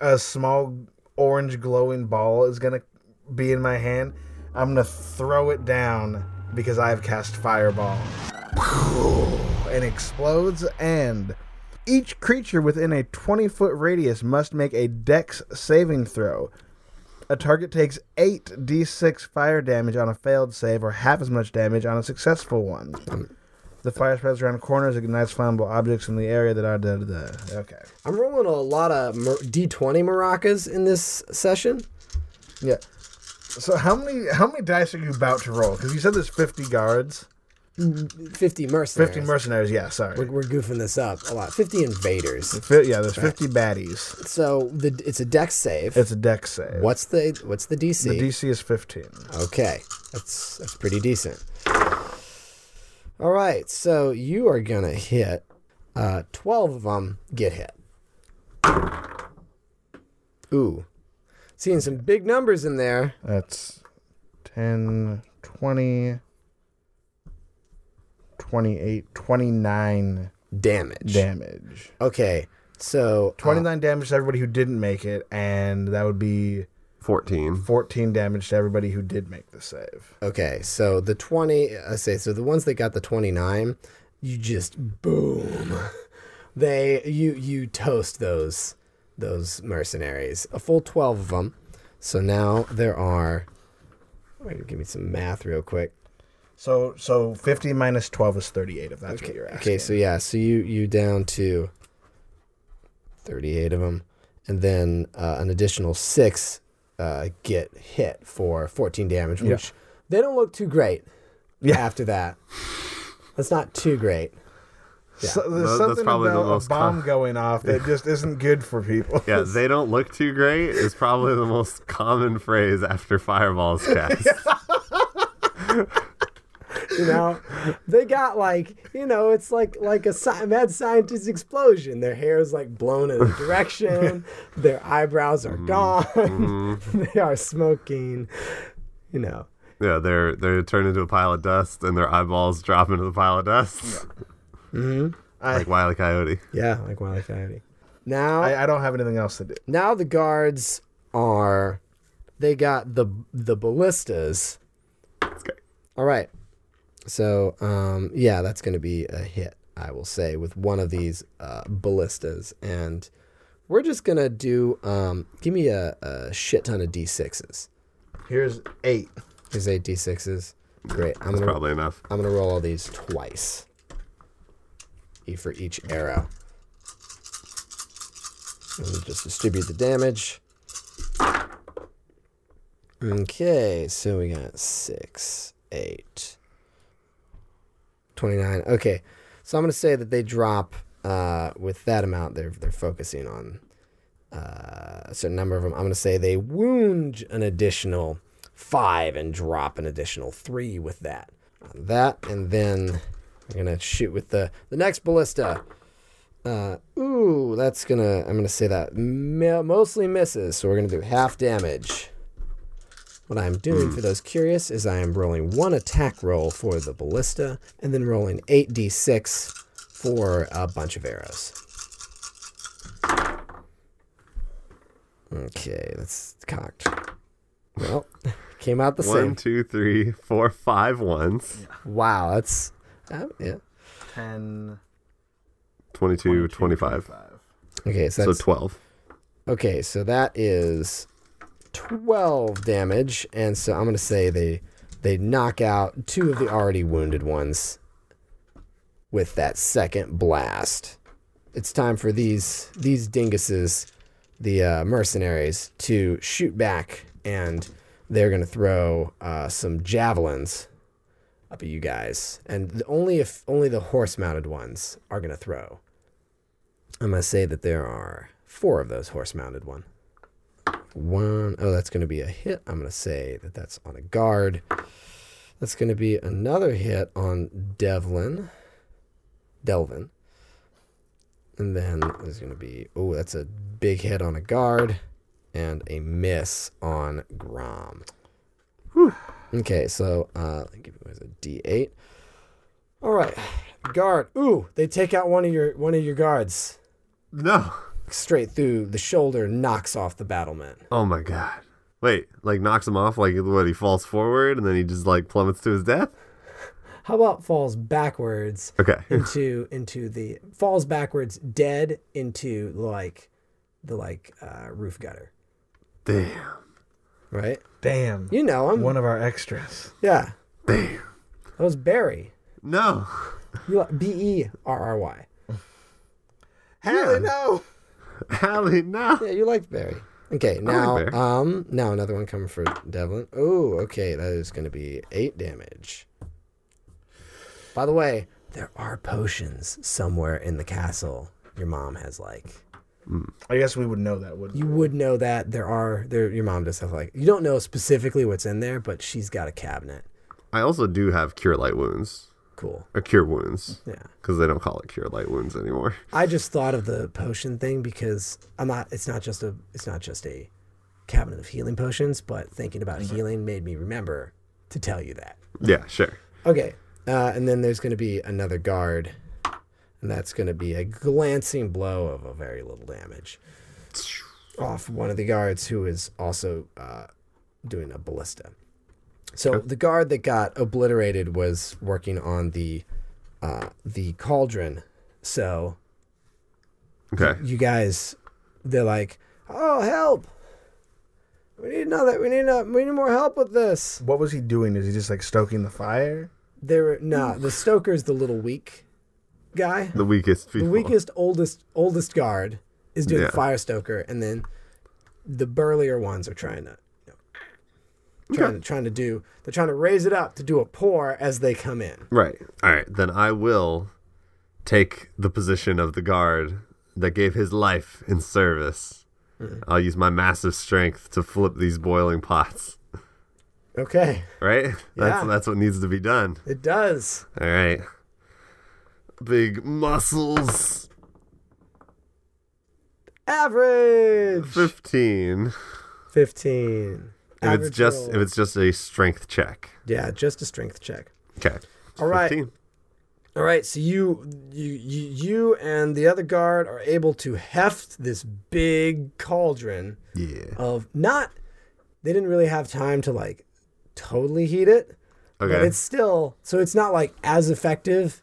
Speaker 4: a small orange glowing ball is gonna be in my hand. I'm gonna throw it down because I have cast fireball. And explodes, and each creature within a 20 foot radius must make a dex saving throw. A target takes 8d6 fire damage on a failed save or half as much damage on a successful one. The fire spreads around corners, ignites flammable objects in the area that are. Da, da, da. Okay.
Speaker 2: I'm rolling a lot of mer- D20 maracas in this session.
Speaker 4: Yeah. So how many how many dice are you about to roll? Because you said there's 50 guards,
Speaker 2: 50 mercenaries.
Speaker 4: 50 mercenaries. Yeah, sorry.
Speaker 2: We're goofing this up a lot. 50 invaders.
Speaker 4: Fi- yeah, there's 50 baddies.
Speaker 2: So the it's a dex save.
Speaker 4: It's a deck save.
Speaker 2: what's the what's the
Speaker 4: The
Speaker 2: DC?
Speaker 4: DC is 15.
Speaker 2: okay. That's that's pretty decent. All right. So you are going to hit uh 12 of them get hit. Ooh. Seeing some big numbers in there.
Speaker 4: That's 10, 20, 28, 29
Speaker 2: Damage.
Speaker 4: damage.
Speaker 2: Okay. So uh,
Speaker 4: 29 damage to everybody who didn't make it, and that would be
Speaker 3: 14.
Speaker 4: 14 damage to everybody who did make the save.
Speaker 2: Okay, so the 20, I say, so the ones that got the 29, you just boom. They you you toast those those mercenaries. A full 12 of them. So now there are Wait, give me some math real quick.
Speaker 4: So so 50 minus 12 is 38, if that's what you're asking.
Speaker 2: Okay, so yeah, so you you down to 38 of them and then uh, an additional 6 uh, get hit for 14 damage, which they don't look too great
Speaker 4: Yeah.
Speaker 2: after that. That's not too great.
Speaker 4: So
Speaker 3: Tha-
Speaker 4: there's
Speaker 3: that's
Speaker 4: something
Speaker 3: probably the
Speaker 4: about a
Speaker 3: most
Speaker 4: bomb
Speaker 3: com-
Speaker 4: going off
Speaker 3: (laughs)
Speaker 4: that just isn't good for people.
Speaker 3: Yeah, they don't look too great is probably the most common phrase
Speaker 2: (laughs)
Speaker 3: after fireballs cast.
Speaker 2: You know, they got like you know, it's like like a sci- mad scientist explosion. Their hair is like blown in a direction. Their eyebrows are gone. (laughs) they are smoking. You know,
Speaker 3: Yeah, they're they're turned into a pile of dust and their eyeballs drop into the pile of dust. (laughs) Like Wile E. Coyote.
Speaker 2: yeah, like Wile E. Coyote. Now,
Speaker 4: I, I don't have anything else to do.
Speaker 2: now the guards are. They got the the ballistas.
Speaker 3: It's great.
Speaker 2: All right. So, um, yeah, that's going to be a hit, I will say, with one of these uh, ballistas. And we're just going to do, um, give me a, a shit ton of D6s.
Speaker 4: Here's eight.
Speaker 2: Here's eight D6s. Great. I'm
Speaker 3: That's
Speaker 2: going to
Speaker 3: probably enough.
Speaker 2: I'm gonna roll all these twice. E for each arrow. And we'll just distribute the damage. Okay, so we got six, eight, 29. Okay, so I'm gonna say that they drop uh, with that amount. They're they're focusing on uh, a certain number of them. I'm gonna say they wound an additional five and drop an additional three with that. That and then I'm gonna shoot with the the next ballista. Uh, ooh, that's gonna. I'm gonna say that mi- mostly misses, so we're gonna do half damage. What I'm doing for those curious is I am rolling one attack roll for the ballista, and then rolling eight d6 for a bunch of arrows. Okay, that's cocked. Well, (laughs) came out the
Speaker 3: One,
Speaker 2: same.
Speaker 3: two, three, four, five ones.
Speaker 2: Wow, that's uh, yeah.
Speaker 4: 10,
Speaker 3: 22, 25.
Speaker 2: Okay, so
Speaker 3: So
Speaker 2: that's
Speaker 3: 12.
Speaker 2: okay. So that is twelve damage, and so I'm gonna say they they knock out two of the already wounded ones with that second blast. It's time for these these dinguses, the uh, mercenaries, to shoot back, and they're gonna throw uh, some javelins up at you guys, and the, only if only the horse-mounted ones are gonna throw. I'm gonna say that there are four of those horse-mounted one. One, oh, that's going to be a hit. I'm going to say that that's on a guard. That's going to be another hit on Devlin. Delvin. And then there's going to be, oh, that's a big hit on a guard and a miss on Grom. Okay, so uh, let me give you guys a D8. All right, guard. Ooh, they take out one of your one of your guards
Speaker 3: No.
Speaker 2: straight through the shoulder, knocks off the battlement.
Speaker 3: Oh my god. Wait, like knocks him off, like what? He falls forward and then he just like plummets to his death.
Speaker 5: How about falls
Speaker 2: (laughs)
Speaker 5: backwards
Speaker 3: Okay.
Speaker 5: into into the falls backwards dead into like the like uh, roof gutter,
Speaker 3: Damn.
Speaker 2: Right?
Speaker 4: Damn.
Speaker 2: You know him.
Speaker 4: One of our extras.
Speaker 2: yeah.
Speaker 3: Damn.
Speaker 5: That was Barry.
Speaker 3: No. (laughs)
Speaker 5: You B E R R Y.
Speaker 4: Hell no.
Speaker 3: Hallie, no.
Speaker 2: Yeah, you liked Barry. Okay, now
Speaker 3: Barry.
Speaker 2: um now another one coming for Devlin. Oh, okay, that is gonna be eight damage. By the way, there are potions somewhere in the castle. Your mom has like
Speaker 4: I guess we would know that, wouldn't
Speaker 2: you
Speaker 4: we?
Speaker 2: would know that there are there your mom does have like you don't know specifically what's in there, but she's got a cabinet.
Speaker 3: I also do have cure light wounds
Speaker 2: Cool.
Speaker 3: or cure wounds.
Speaker 2: Yeah.
Speaker 3: Because they don't call it cure light wounds anymore.
Speaker 2: I just thought of the potion thing because I'm not. It's not just a. It's not just a cabinet of healing potions. But thinking about healing made me remember to tell you that.
Speaker 3: Yeah, sure.
Speaker 2: Okay, uh, and then there's going to be another guard, and that's going to be a glancing blow of a very little damage off one of the guards who is also uh, doing a ballista. So the guard that got obliterated was working on the uh, the cauldron. So
Speaker 3: Okay.
Speaker 2: you guys they're like oh help we need another we need a, we need more help with this
Speaker 4: What was he doing? Is he just like stoking the fire?
Speaker 2: they were nah the stoker's the little weak guy
Speaker 3: The weakest people.
Speaker 2: the weakest oldest oldest guard is doing
Speaker 3: Yeah.
Speaker 2: the fire stoker and then the burlier ones are trying to you know, trying, to trying to do they're trying to raise it up to do a pour as they come in
Speaker 3: Right. All right. Then I will take the position of the guard that gave his life in service.
Speaker 2: Mm.
Speaker 3: I'll use my massive strength to flip these boiling pots.
Speaker 2: okay
Speaker 3: Right?
Speaker 2: Yeah.
Speaker 3: That's that's what needs to be done.
Speaker 2: it does
Speaker 3: All right. Big muscles.
Speaker 2: average
Speaker 3: 15.
Speaker 2: 15
Speaker 3: if
Speaker 2: Average
Speaker 3: it's just
Speaker 2: roll.
Speaker 3: if it's just a strength check.
Speaker 2: yeah just a strength check
Speaker 3: Okay.
Speaker 2: All right.
Speaker 3: 15.
Speaker 2: All right, so you, you you you and the other guard are able to heft this big cauldron
Speaker 3: Yeah.
Speaker 2: of not they didn't really have time to like totally heat it, but
Speaker 3: Okay.
Speaker 2: Uh, it's still so it's not like as effective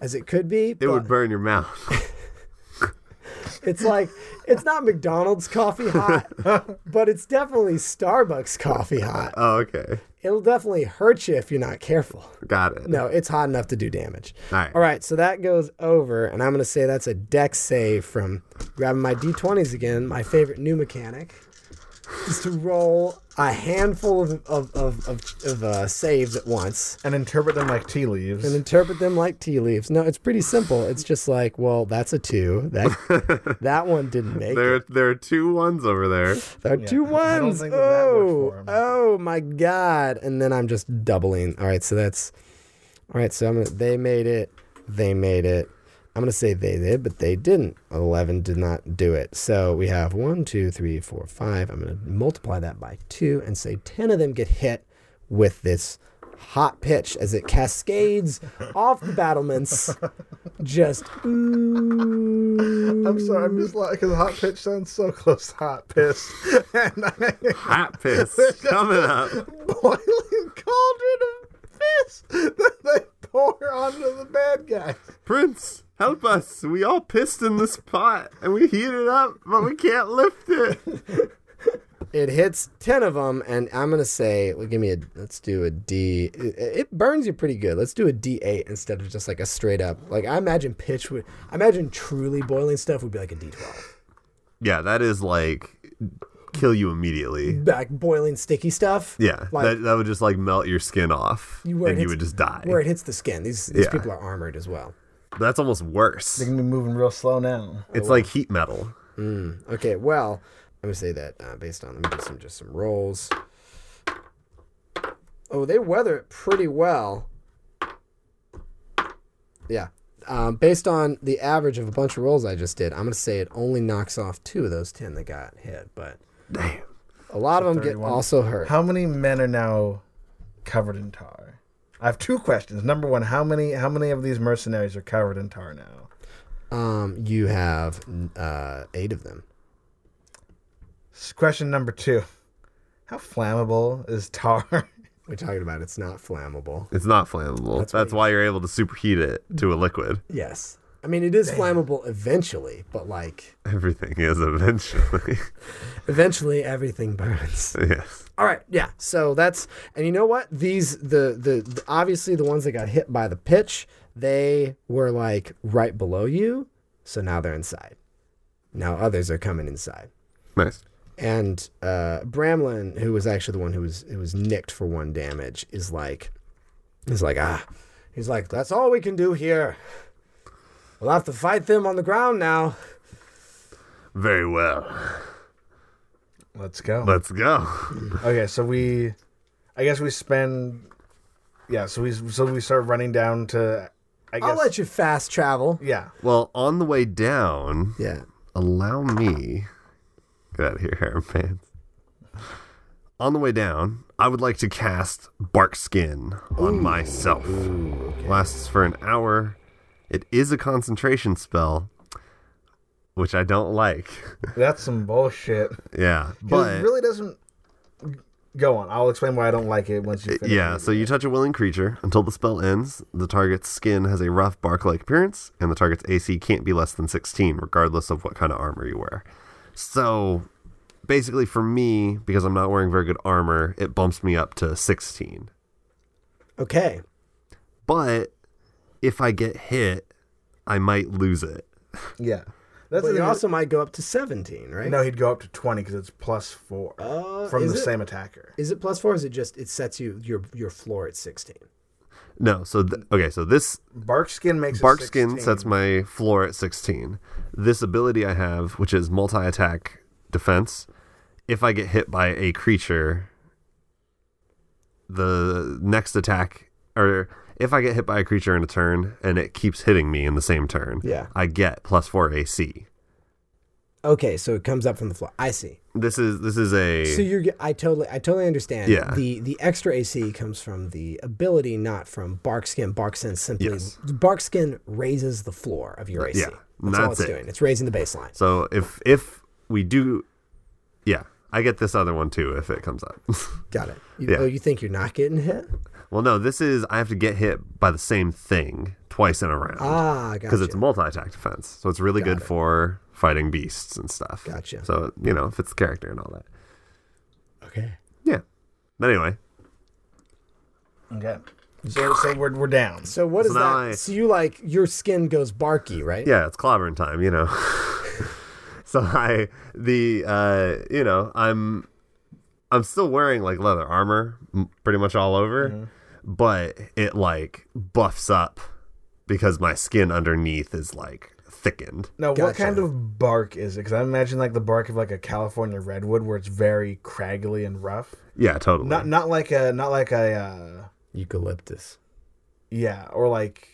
Speaker 2: as it could be.
Speaker 3: it
Speaker 2: but
Speaker 3: would burn your mouth. (laughs)
Speaker 2: It's like it's not McDonald's coffee hot,
Speaker 3: (laughs)
Speaker 2: but it's definitely Starbucks coffee hot.
Speaker 3: oh, okay.
Speaker 2: It'll definitely hurt you if you're not careful.
Speaker 3: Got it.
Speaker 2: No, it's hot enough to do damage.
Speaker 3: All right.
Speaker 2: All right, so that goes over, and I'm going to say that's a deck save from grabbing my d20s again, my favorite new mechanic, is to roll a handful of, of, of, of, of uh, saves at once
Speaker 4: And interpret them like tea leaves.
Speaker 2: and interpret them like tea leaves. No, it's pretty simple. It's just like, well, that's a two. That that one didn't make
Speaker 3: There
Speaker 2: it.
Speaker 3: there are two ones over there.
Speaker 2: There are two
Speaker 4: I don't
Speaker 2: ones.
Speaker 4: think that that worked for
Speaker 2: Oh,
Speaker 4: him.
Speaker 2: oh my god! And then I'm just doubling. All right, so that's all right. So I'm gonna, they made it. They made it. I'm gonna say they did, but they didn't. Eleven did not do it. So we have one, two, three, four, five. I'm gonna multiply that by two and say ten of them get hit with this hot pitch as it cascades
Speaker 4: (laughs)
Speaker 2: off the battlements. Just ooh.
Speaker 4: I'm sorry, I'm just like, because hot pitch sounds so close to hot piss. (laughs) and I
Speaker 3: Hot
Speaker 2: (laughs)
Speaker 3: piss coming up.
Speaker 4: boiling cauldron of piss (laughs) that they pour onto the bad guys.
Speaker 3: Prince, help us. We all pissed in this pot and we heat it up, but we can't lift it.
Speaker 2: It hits ten of them, and I'm gonna say, well, give me a. Let's do a D. It, it burns you pretty good. Let's do a D eight instead of just like a straight up. Like I imagine pitch would. I imagine truly boiling stuff would be like a D twelve.
Speaker 3: Yeah, that is like kill you immediately.
Speaker 2: Like boiling sticky stuff.
Speaker 3: Yeah.
Speaker 2: Like-
Speaker 3: that, that would just like melt your skin off.
Speaker 2: You were-
Speaker 3: and you
Speaker 2: it's-
Speaker 3: would just die.
Speaker 2: Where it hits the skin. These these
Speaker 3: Yeah.
Speaker 2: people are armored as well.
Speaker 3: That's almost worse.
Speaker 4: They're going to be moving real slow now.
Speaker 3: It's like heat metal.
Speaker 2: Okay, well, I'm gonna say that uh, based on let me do some just some rolls. Oh, they weather it pretty well. Yeah. Um, based on the average of a bunch of rolls I just did, I'm gonna say it only knocks off two of those ten that got hit, but
Speaker 3: Damn.
Speaker 2: a lot of them get
Speaker 4: 31.
Speaker 2: also hurt.
Speaker 4: How many men are now covered in tar? I have two questions. Number one, how many how many of these mercenaries are covered in tar now?
Speaker 2: Um, you have uh, eight of them.
Speaker 4: S- Question number two, how flammable is tar? (laughs)
Speaker 2: We're talking about it's not flammable.
Speaker 3: It's not flammable. That's, why you're able to superheat it to a liquid.
Speaker 2: Yes. I mean, it is flammable eventually, but like
Speaker 3: Everything is eventually. (laughs)
Speaker 2: eventually everything (laughs) burns.
Speaker 3: yes.
Speaker 2: All right, yeah. So that's and you know what? These the, the the obviously the ones that got hit by the pitch, they were like right below you, so now they're inside. Now others are coming inside.
Speaker 3: Nice.
Speaker 2: And uh, Bramlin, who was actually the one who was who was nicked for one damage, is like, he's like ah, he's like that's all we can do here. We'll have to fight them on the ground now.
Speaker 3: Very well.
Speaker 4: Let's go.
Speaker 3: Let's go.
Speaker 4: Okay, so we, I guess we spend, yeah. So we so we start running down to, I guess.
Speaker 2: I'll let you fast travel.
Speaker 4: Yeah.
Speaker 3: Well, on the way down,
Speaker 2: Yeah.
Speaker 3: allow me. Get out of here, Harem fans. On the way down, I would like to cast Bark Skin on myself. Lasts for an hour. It is a concentration spell, which I don't like. (laughs)
Speaker 4: That's some bullshit.
Speaker 3: yeah,
Speaker 4: But
Speaker 3: but
Speaker 4: it really doesn't. Go on. I'll explain why I don't like it once you. Finish
Speaker 3: Yeah, so you touch a willing creature until the spell ends. The target's skin has a rough bark like appearance, and the target's AC can't be less than 16, regardless of what kind of armor you wear. So basically, for me, because I'm not wearing very good armor, it bumps me up to 16.
Speaker 2: Okay.
Speaker 3: But if I get hit, I might lose it.
Speaker 4: Yeah.
Speaker 2: But
Speaker 4: That's the
Speaker 2: you
Speaker 4: thing-
Speaker 2: also might go up to 17, right?
Speaker 4: No, he'd go up to twenty because it's plus four
Speaker 2: Uh,
Speaker 4: from
Speaker 2: is
Speaker 4: the
Speaker 2: it?
Speaker 4: same attacker.
Speaker 2: Is it plus four? Or is it just it sets you your your floor at 16?
Speaker 3: No, so th- okay, so this
Speaker 4: Bark skin makes it
Speaker 3: Bark skin
Speaker 4: 16.
Speaker 3: sets my floor at 16. This ability I have, which is multi attack defense, if I get hit by a creature, the next attack, or if I get hit by a creature in a turn and it keeps hitting me in the same turn,
Speaker 2: Yeah.
Speaker 3: I get plus four AC.
Speaker 2: Okay, so it comes up from the floor. I see.
Speaker 3: This is this is a
Speaker 2: So you're ge- I totally I totally understand.
Speaker 3: Yeah.
Speaker 2: The the extra AC comes from the ability, not from Barkskin. Barkskin simply
Speaker 3: Yes.
Speaker 2: Barkskin raises the floor of your AC.
Speaker 3: yeah.
Speaker 2: That's, all
Speaker 3: That's
Speaker 2: it's
Speaker 3: it.
Speaker 2: doing. It's raising the baseline.
Speaker 3: so if if we do, yeah, I get this other one too if it comes up. (laughs)
Speaker 2: Got it. You,
Speaker 3: Yeah. Mm-hmm.
Speaker 2: Oh, you think you're not getting hit?
Speaker 3: well, no, this is I have to get hit by the same thing twice in a round.
Speaker 2: Ah, gotcha.
Speaker 3: because it's multi-attack defense. So it's really good for fighting beasts and stuff.
Speaker 2: Gotcha.
Speaker 3: So you know, fits the character and all that.
Speaker 2: okay.
Speaker 3: Yeah. But anyway,
Speaker 4: Okay. So so we're we're down.
Speaker 2: So what is
Speaker 3: So now
Speaker 2: that?
Speaker 3: I-
Speaker 2: So you like your skin goes barky, right?
Speaker 3: yeah, it's clobbering time. You know. (laughs) so I the uh you know I'm I'm still wearing like leather armor m- pretty much all over,
Speaker 4: Mm-hmm.
Speaker 3: but it like buffs up because my skin underneath is like thickened.
Speaker 4: Now, what
Speaker 2: Gotcha.
Speaker 4: kind of bark is it? Because I imagine like the bark of like a California redwood, where it's very craggly and rough.
Speaker 3: Yeah, totally.
Speaker 4: Not not like a not like a uh,
Speaker 2: Eucalyptus.
Speaker 4: yeah, or like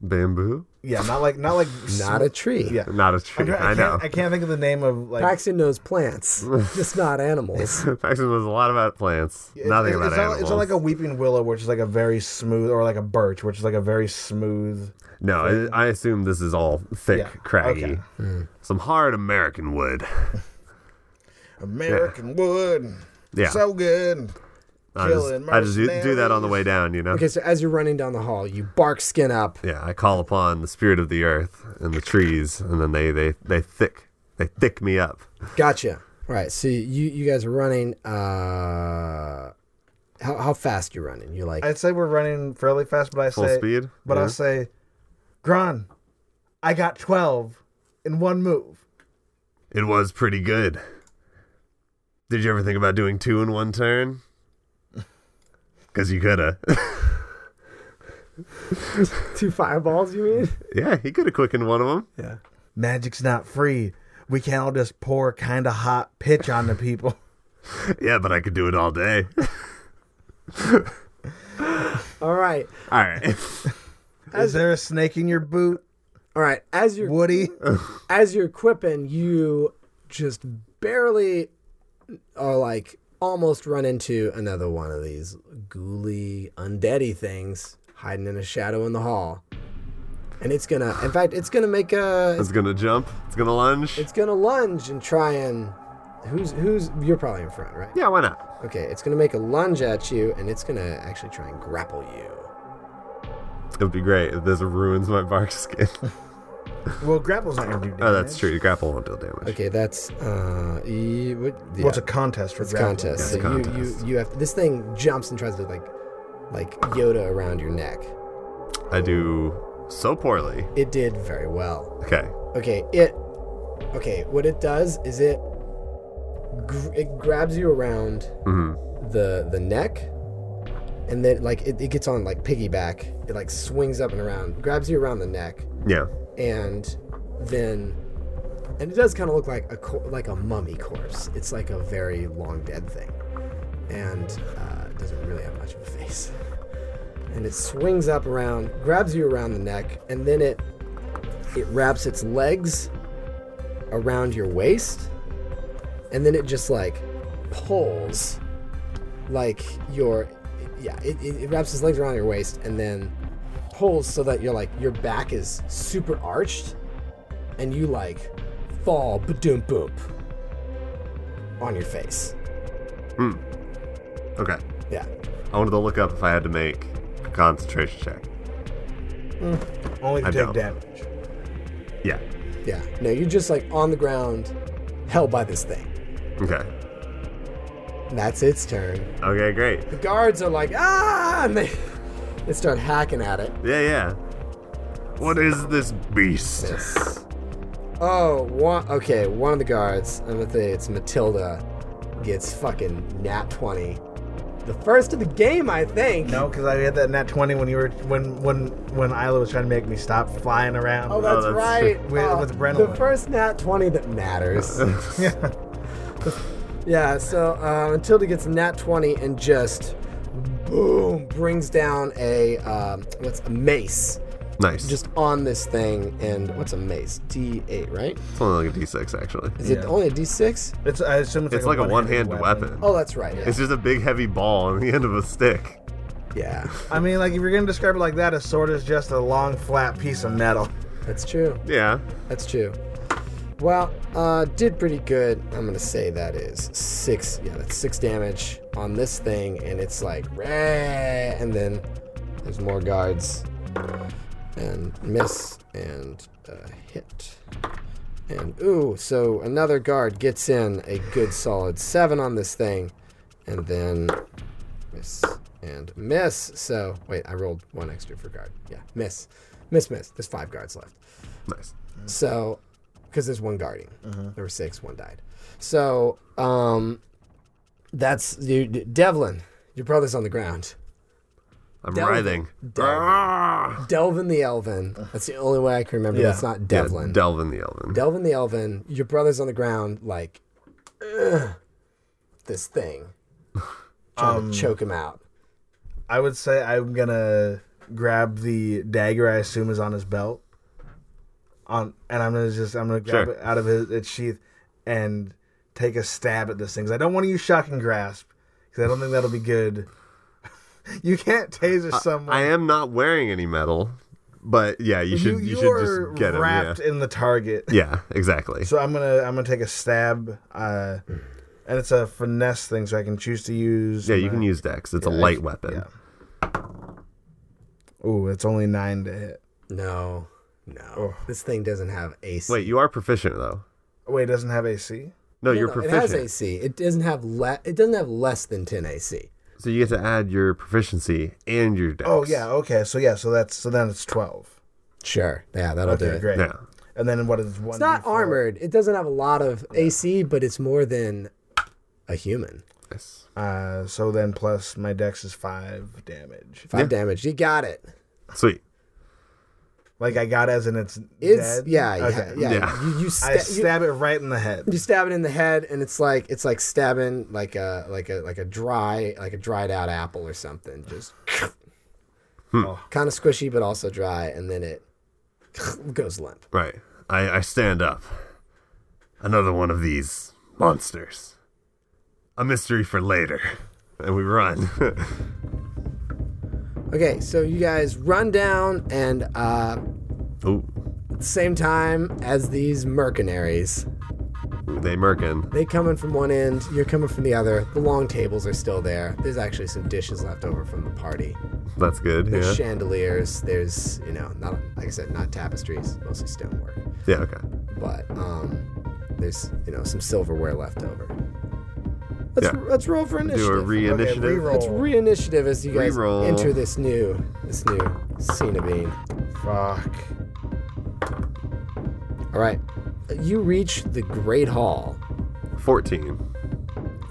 Speaker 3: Bamboo.
Speaker 4: yeah, not like not
Speaker 3: (laughs)
Speaker 4: like
Speaker 2: Not a tree.
Speaker 4: Yeah.
Speaker 3: Not a
Speaker 4: I'm
Speaker 3: tree.
Speaker 4: try-
Speaker 3: I,
Speaker 4: I,
Speaker 3: know.
Speaker 4: can't, I can't think of the name of like.
Speaker 2: Paxton knows
Speaker 3: (laughs)
Speaker 2: plants, just not animals.
Speaker 3: Paxton knows a lot about plants,
Speaker 4: it's-
Speaker 3: nothing
Speaker 4: it's,
Speaker 3: about
Speaker 4: it's
Speaker 3: animals.
Speaker 4: Not, it's not like a weeping willow, which is like a very smooth, or like a birch, which is like a very smooth.
Speaker 3: no, I, I assume this is all thick,
Speaker 4: Yeah,
Speaker 3: craggy,
Speaker 4: okay.
Speaker 3: some hard American
Speaker 4: (laughs)
Speaker 3: wood.
Speaker 4: American wood.
Speaker 3: Yeah,
Speaker 4: So good.
Speaker 3: I just,
Speaker 4: killing
Speaker 3: I just do, do that on the way down, you know.
Speaker 2: Okay, so as you're running down the hall, you bark skin up.
Speaker 3: Yeah, I call upon the spirit of the earth and the trees, and then they they they thick they thick me up.
Speaker 2: Gotcha. All right, so you you guys are running. Uh, how how fast you running? You're like
Speaker 4: (laughs) I'd say we're running fairly fast, but I
Speaker 3: Full
Speaker 4: say
Speaker 3: speed?
Speaker 4: But
Speaker 3: Yeah.
Speaker 4: I'll say, Gran, I got twelve in one move.
Speaker 3: It was pretty good. Did you ever think about doing two in one
Speaker 4: (laughs)
Speaker 3: turn? Because you coulda. (laughs)
Speaker 2: two fireballs. You mean?
Speaker 3: yeah, he coulda quickened one of them.
Speaker 4: Magic's not free. we can't all just pour kind of hot pitch on the people.
Speaker 3: Yeah, but I could do it all day.
Speaker 2: (laughs)
Speaker 3: (laughs)
Speaker 2: All right.
Speaker 3: All right. (laughs)
Speaker 4: Is there a snake in your boot,
Speaker 2: All right. As you're
Speaker 3: (laughs)
Speaker 4: Woody?
Speaker 2: as you're quipping, you just barely are like almost run into another one of these ghouly, undeady things hiding in a shadow in the hall. And it's gonna, in fact, it's gonna make a, it's,
Speaker 3: It's gonna jump. It's gonna lunge.
Speaker 2: it's gonna lunge and try and, who's, who's, you're probably in front, right?
Speaker 3: Yeah, why not?
Speaker 2: Okay, it's gonna make a lunge at you and it's gonna actually try and grapple you.
Speaker 3: It would be great if this ruins my bark skin.
Speaker 4: Well, grapple's not gonna do damage.
Speaker 3: oh, that's true. Your grapple won't deal damage.
Speaker 2: Okay, that's, uh, e, what, yeah.
Speaker 4: What's a contest for
Speaker 2: It's
Speaker 4: grappling?
Speaker 2: contest.
Speaker 3: it's
Speaker 2: so You,
Speaker 3: contest.
Speaker 2: you you have this thing jumps and tries to like like Yoda around your neck.
Speaker 3: I do so poorly.
Speaker 2: It did very well.
Speaker 3: Okay.
Speaker 2: Okay, it okay. What it does is it gr- it grabs you around
Speaker 3: Mm-hmm.
Speaker 2: the the neck, and then like it, it gets on like piggyback. It like swings up and around, grabs you around the neck,
Speaker 3: Yeah.
Speaker 2: and then and it does kind of look like a cor- like a mummy corpse. It's like a very long dead thing, and uh, it doesn't really have much of a face. And it swings up around, grabs you around the neck, and then it it wraps its legs around your waist, and then it just like pulls like your yeah it, it, it wraps its legs around your waist and then pulls so that you're like your back is super arched and you like fall boom boom on your face
Speaker 3: Okay.
Speaker 2: yeah
Speaker 3: I wanted to look up if I had to make a concentration check.
Speaker 4: Only to
Speaker 3: I
Speaker 4: take
Speaker 3: don't.
Speaker 4: damage.
Speaker 3: Yeah.
Speaker 2: yeah no you're just like on the ground held by this thing
Speaker 3: Okay.
Speaker 2: And that's its turn
Speaker 3: Okay, great.
Speaker 2: the guards are like ah and they, (laughs) they start hacking at it
Speaker 3: Yeah, yeah. What is this beast?
Speaker 2: Yes. Oh, one, okay, one of the guards, I'm gonna say it's Matilda, gets fucking nat 20. The first of the game, I think.
Speaker 4: No, because I had that nat twenty when you were when when when Isla was trying to make me stop flying around.
Speaker 2: Oh, that's,
Speaker 3: that's-
Speaker 2: right.
Speaker 4: With-
Speaker 2: Oh,
Speaker 4: with
Speaker 2: The
Speaker 4: adrenaline.
Speaker 2: first nat 20 that
Speaker 4: (laughs)
Speaker 2: matters. yeah, so uh, Matilda gets a nat 20 and just boom, brings down a, um, what's a mace
Speaker 3: Nice. Just
Speaker 2: just on this thing. And what's a mace? D8, right?
Speaker 3: it's only like a D6 actually.
Speaker 2: Is it
Speaker 4: Yeah.
Speaker 2: only a D6?
Speaker 4: It's I assume it's,
Speaker 3: It's like a one-handed weapon.
Speaker 2: Oh, that's right. Yeah.
Speaker 3: It's just a big heavy ball on the end of a stick.
Speaker 2: yeah.
Speaker 4: I mean, like if you're gonna describe it like that, a sword is just a long flat piece of metal.
Speaker 2: That's true.
Speaker 3: Yeah.
Speaker 2: That's true. Well, uh, did pretty good. I'm gonna say that is six. Yeah, that's six damage on this thing, and it's like, "Rah!" and then there's more guards, and miss and uh, hit, and ooh. So another guard gets in a good solid seven on this thing, and then miss and miss. So wait, I rolled one extra for guard. Yeah, miss, miss, miss. There's five guards left.
Speaker 3: Nice.
Speaker 2: So, because there's one guarding,
Speaker 3: Mm-hmm.
Speaker 2: there were six, one died. So, um, that's you, Devlin. Your brother's on the ground.
Speaker 3: I'm
Speaker 2: Delvin.
Speaker 3: writhing. Ah!
Speaker 2: Delvin the Elven. That's the only way I can remember. That's not
Speaker 3: Yeah,
Speaker 2: Devlin.
Speaker 3: Delvin the Elven.
Speaker 2: Delvin the Elven. Your brother's on the ground, like ugh, this thing,
Speaker 3: (laughs)
Speaker 2: trying
Speaker 3: Um,
Speaker 2: to choke him out.
Speaker 4: I would say I'm gonna grab the dagger I assume is on his belt. On and I'm gonna just I'm gonna grab
Speaker 3: Sure.
Speaker 4: it out of his its sheath and take a stab at this thing. 'Cause I don't want to use shock and grasp because I don't think that'll be good. (laughs) you can't taser someone.
Speaker 3: Uh, I am not wearing any metal, but yeah, you should you,
Speaker 4: are
Speaker 3: should just get him. Yeah.
Speaker 4: wrapped in the target.
Speaker 3: (laughs) yeah, exactly.
Speaker 4: So I'm gonna I'm gonna take a stab, uh, and it's a finesse thing, so I can choose to use.
Speaker 3: yeah, you can use Dex. It's a light weapon.
Speaker 4: yeah. Ooh, it's only nine to hit.
Speaker 2: No, no, this thing doesn't have AC.
Speaker 3: Oh. Wait, you are proficient though.
Speaker 4: Wait, it doesn't have AC.
Speaker 2: No,
Speaker 3: No, you're
Speaker 2: no,
Speaker 3: proficient.
Speaker 2: It has AC. It doesn't have le- It doesn't have less than 10 AC.
Speaker 3: So you get to add your proficiency and your dex.
Speaker 4: Oh yeah, okay. So yeah, so that's so then it's twelve.
Speaker 2: Sure. Yeah, that'll do
Speaker 4: Okay,
Speaker 2: it.
Speaker 4: great.
Speaker 3: Yeah.
Speaker 4: And then what is one?
Speaker 2: It's not armored. It doesn't have a lot of AC, but it's more than a human.
Speaker 3: Nice.
Speaker 4: Uh, so then plus my dex is five damage.
Speaker 2: Five damage. You got it.
Speaker 3: Sweet.
Speaker 4: Like I got as in it's
Speaker 2: It's
Speaker 4: dead?
Speaker 2: yeah, yeah,
Speaker 4: Okay.
Speaker 2: yeah.
Speaker 3: Yeah.
Speaker 2: You, you,
Speaker 4: I
Speaker 2: sta- you-
Speaker 4: stab it right in the head.
Speaker 2: you stab it in the head, and it's like it's like stabbing like a like a like a dry like a dried out apple or something. Just
Speaker 4: Hmm.
Speaker 2: kind of squishy, but also dry, and then it goes limp.
Speaker 3: Right. I, I stand up. Another one of these monsters. A mystery for later. And we run. (laughs)
Speaker 2: Okay, so you guys run down, and uh,
Speaker 3: Ooh,
Speaker 2: at the same time as these mercenaries,
Speaker 3: they merkin.
Speaker 2: they coming from one end, you're coming from the other. The long tables are still there. There's actually some dishes left over from the party.
Speaker 3: That's good.
Speaker 2: There's
Speaker 3: Yeah.
Speaker 2: chandeliers. There's you know not like I said not tapestries, mostly stonework.
Speaker 3: Yeah. Okay.
Speaker 2: but um, there's you know some silverware left over. Let's,
Speaker 3: Yeah.
Speaker 2: let's roll for
Speaker 3: Do a
Speaker 2: initiative.
Speaker 3: re initiative.
Speaker 4: reroll.
Speaker 2: let's re-initiative as you guys
Speaker 3: Reroll.
Speaker 2: enter this new this new scene of being.
Speaker 4: Fuck.
Speaker 2: All right, you reach the Great Hall.
Speaker 3: Fourteen.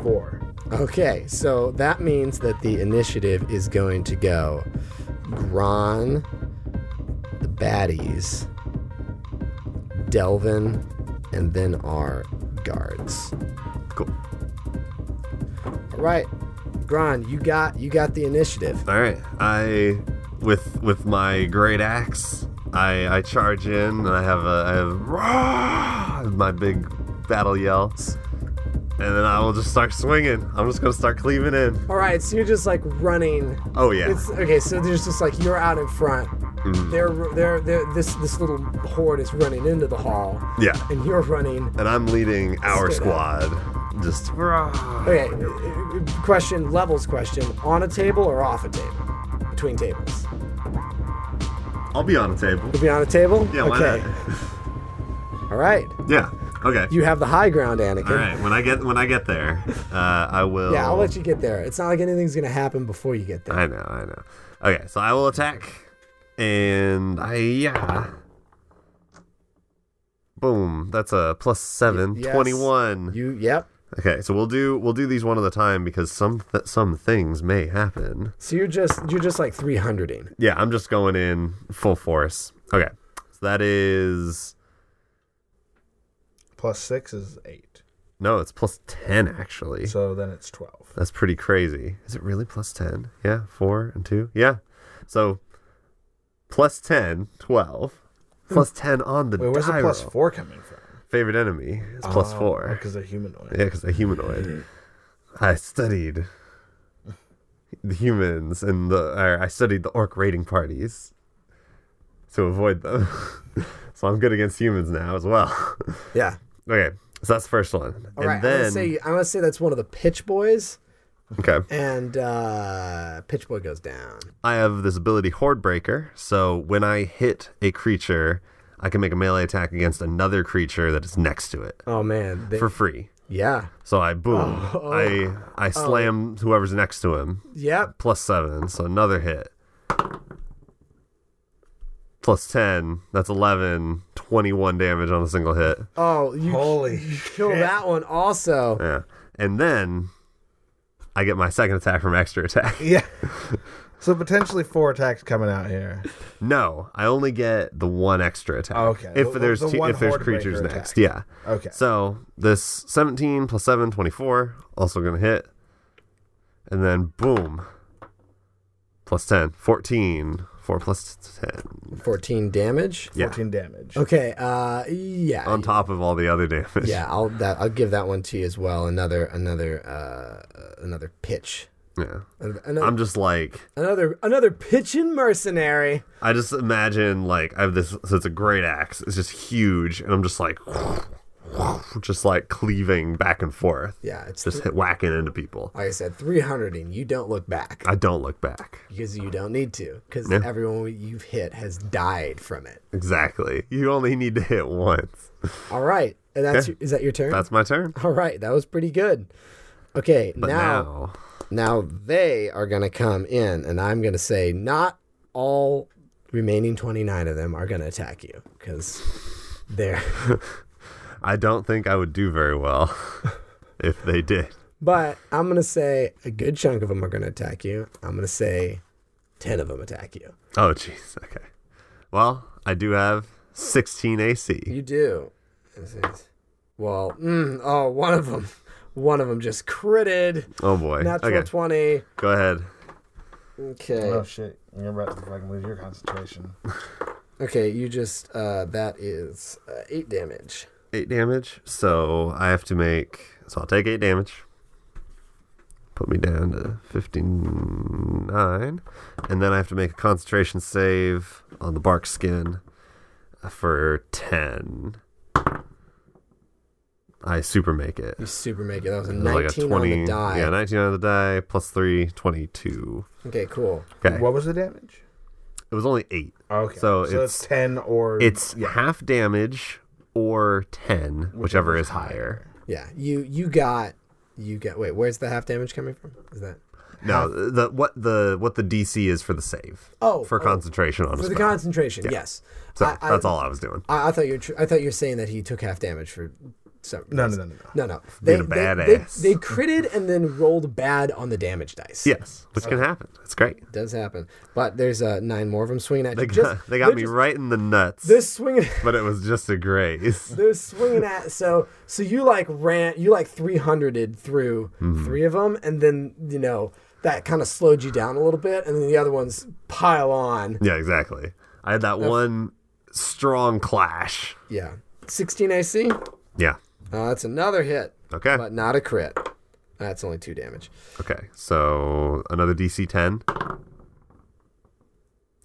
Speaker 4: Four.
Speaker 2: Okay, so that means that the initiative is going to go Gron, the baddies, Delvin, and then our guards.
Speaker 3: Cool.
Speaker 2: All right, Gron, you got you got the initiative.
Speaker 3: All right. I with with my great axe, I I charge in and I have a I have "Rah!" my big battle yell. And then I will just start swinging. I'm just gonna start cleaving in.
Speaker 2: All right, so you're just like running.
Speaker 3: Oh yeah.
Speaker 2: It's okay. So there's just like you're out in front. They're, they're, they're, this this little horde is running into the hall,
Speaker 3: yeah.
Speaker 2: and you're running.
Speaker 3: and I'm leading our
Speaker 2: Straight
Speaker 3: squad. Just
Speaker 2: Okay, uh, uh, question levels question on a table or off a table, between tables.
Speaker 3: I'll be on a table.
Speaker 2: You'll be on a table.
Speaker 3: Yeah, why
Speaker 2: okay. All right.
Speaker 3: not? Yeah. Okay.
Speaker 2: You have the high ground, Anakin.
Speaker 3: All right. When I get when I get there, uh, I will.
Speaker 2: Yeah, I'll let you get there. It's not like anything's gonna happen before you get there.
Speaker 3: I know. I know. Okay. So I will attack, and I yeah. Boom. That's a plus seven.
Speaker 2: yes.
Speaker 3: Twenty-one.
Speaker 2: You, yep.
Speaker 3: Okay. So we'll do we'll do these one at a time because some th- some things may happen.
Speaker 2: So you're just you're just like 300ing.
Speaker 3: Yeah, I'm just going in full force. Okay. So that is
Speaker 4: Plus six is eight.
Speaker 3: no, it's plus ten actually.
Speaker 4: So then it's twelve.
Speaker 3: That's pretty crazy. Is it really plus 10? Yeah, 4 and 2. Yeah. So plus 10, 12. Plus 10 on the
Speaker 4: Hmm. Wait, where's
Speaker 3: die
Speaker 4: the plus
Speaker 3: roll.
Speaker 4: four Oh, coming from?
Speaker 3: Favorite enemy is plus 4.
Speaker 4: Because they're humanoid.
Speaker 3: Yeah, because a humanoid. I studied the humans and the. Or I studied the orc raiding parties to avoid them. (laughs) so I'm good against humans now as well. (laughs)
Speaker 2: Yeah.
Speaker 3: okay, so that's the first one.
Speaker 2: All
Speaker 3: and
Speaker 2: right. I'm
Speaker 3: then.
Speaker 2: gonna say I'm gonna say that's one of the pitch boys,
Speaker 3: okay.
Speaker 2: and uh, pitch boy goes down.
Speaker 3: I have this ability Horde Breaker. So when I hit a creature, I can make a melee attack against another creature that is next to it
Speaker 2: Oh man. They,
Speaker 3: for free.
Speaker 2: yeah.
Speaker 3: So I boom,
Speaker 4: Oh.
Speaker 3: I I slam whoever's next to him.
Speaker 2: Yep.
Speaker 3: Plus seven, so another hit. Plus 10, that's 11, 21 damage on a single hit.
Speaker 2: Oh, you
Speaker 4: Holy
Speaker 2: kill that one also.
Speaker 3: Yeah. And then I get my second attack from extra attack. (laughs)
Speaker 4: Yeah.
Speaker 2: (laughs)
Speaker 4: so potentially four attacks coming out here.
Speaker 3: No, I only get the one extra attack.
Speaker 4: Okay.
Speaker 3: If
Speaker 4: The-
Speaker 3: there's
Speaker 4: the
Speaker 3: two,
Speaker 4: one
Speaker 3: if there's
Speaker 4: horde breaker
Speaker 3: creatures
Speaker 4: attack.
Speaker 3: next, yeah.
Speaker 4: Okay.
Speaker 3: So this 17 plus 7, 24, also gonna hit, and then boom, plus 10, 14, 4 plus 10,
Speaker 2: 14 damage.
Speaker 3: yeah.
Speaker 4: Fourteen damage.
Speaker 2: Okay. Uh, yeah.
Speaker 3: On top of all the other damage.
Speaker 2: yeah, I'll that I'll give that one to you as well. Another another uh another pitch.
Speaker 3: (laughs) Yeah.
Speaker 2: Another
Speaker 3: I'm just like
Speaker 2: another another pitching mercenary.
Speaker 3: I just imagine like I have this. So it's a great axe. It's just huge, and I'm just like, (laughs) just like cleaving back and forth,
Speaker 2: Yeah, it's
Speaker 3: just hit whacking into people.
Speaker 2: like I said, 300 and you don't look back
Speaker 3: I don't look back.
Speaker 2: because you don't need to because
Speaker 3: Yeah.
Speaker 2: everyone you've hit has died from it.
Speaker 3: Exactly. You only need to hit once.
Speaker 2: All right, and that's
Speaker 3: Yeah.
Speaker 2: your, is that your turn?
Speaker 3: That's my turn.
Speaker 2: All right, that was pretty good. Okay,
Speaker 3: But
Speaker 2: now,
Speaker 3: now,
Speaker 2: now they are gonna come in, and I'm gonna say not all remaining 29 of them are gonna attack you because they're.
Speaker 3: I don't think I would do very well (laughs) if they did.
Speaker 2: But I'm gonna say a good chunk of them are gonna attack you. I'm gonna say 10 of them attack you.
Speaker 3: Oh, jeez. Okay. Well, I do have 16 AC.
Speaker 2: You do. This is- well, mm, oh, one of them, one of them just critted.
Speaker 3: Oh boy.
Speaker 2: Natural
Speaker 3: Okay,
Speaker 2: twenty.
Speaker 3: go ahead.
Speaker 2: Okay.
Speaker 4: Oh shit! You're about to fucking lose your concentration.
Speaker 2: Okay. You just uh, that is uh, eight damage.
Speaker 3: Eight damage. So I have to make. So I'll take eight damage. Put me down to 59. And then I have to make a concentration save on the bark skin for 10. I super make it.
Speaker 2: You super make it. That was a
Speaker 3: It was
Speaker 2: nineteen on the die.
Speaker 3: Yeah, 19 on the die, plus 3, 22.
Speaker 2: okay. Cool.
Speaker 3: Okay.
Speaker 4: What was the damage?
Speaker 3: it was only 8.
Speaker 4: Okay,
Speaker 3: So
Speaker 4: it's,
Speaker 3: it's-
Speaker 4: ten or
Speaker 3: It's half damage or 10, whichever is higher.
Speaker 2: Yeah. You you got you got. Wait, where's the half damage coming from? Is that
Speaker 3: No, the what the what the DC is for the save.
Speaker 2: Oh,
Speaker 3: for
Speaker 2: oh.
Speaker 3: concentration on a
Speaker 2: for the
Speaker 3: spell.
Speaker 2: concentration? Yes.
Speaker 3: so
Speaker 2: I- I-
Speaker 3: that's all I was doing.
Speaker 2: I, I thought you were tr- I thought you were saying that he took half damage for some.
Speaker 4: no, no, no, no.
Speaker 2: No,
Speaker 4: no.
Speaker 2: no.
Speaker 3: Being a badass.
Speaker 2: They, they critted and then rolled bad on the damage dice.
Speaker 3: Yes, which can happen. That's great.
Speaker 2: does happen. But there's uh, nine more of them swinging at
Speaker 3: They (laughs)
Speaker 2: you.
Speaker 3: got,
Speaker 2: Just-
Speaker 3: they got
Speaker 2: they're
Speaker 3: me
Speaker 2: just-
Speaker 3: right in the nuts,
Speaker 2: They're swinging. (laughs)
Speaker 3: but it was just a graze.
Speaker 2: They're swinging at. So so you like ran. You like three hundreded through
Speaker 3: Mm-hmm.
Speaker 2: three of them, and then you know that kind of slowed you down a little bit, and then the other ones pile on.
Speaker 3: yeah, exactly. I had that one strong clash.
Speaker 2: Yeah, sixteen AC.
Speaker 3: Yeah.
Speaker 2: Uh, that's another hit,
Speaker 3: Okay.
Speaker 2: but not a crit. That's only two damage.
Speaker 3: Okay. So another DC 10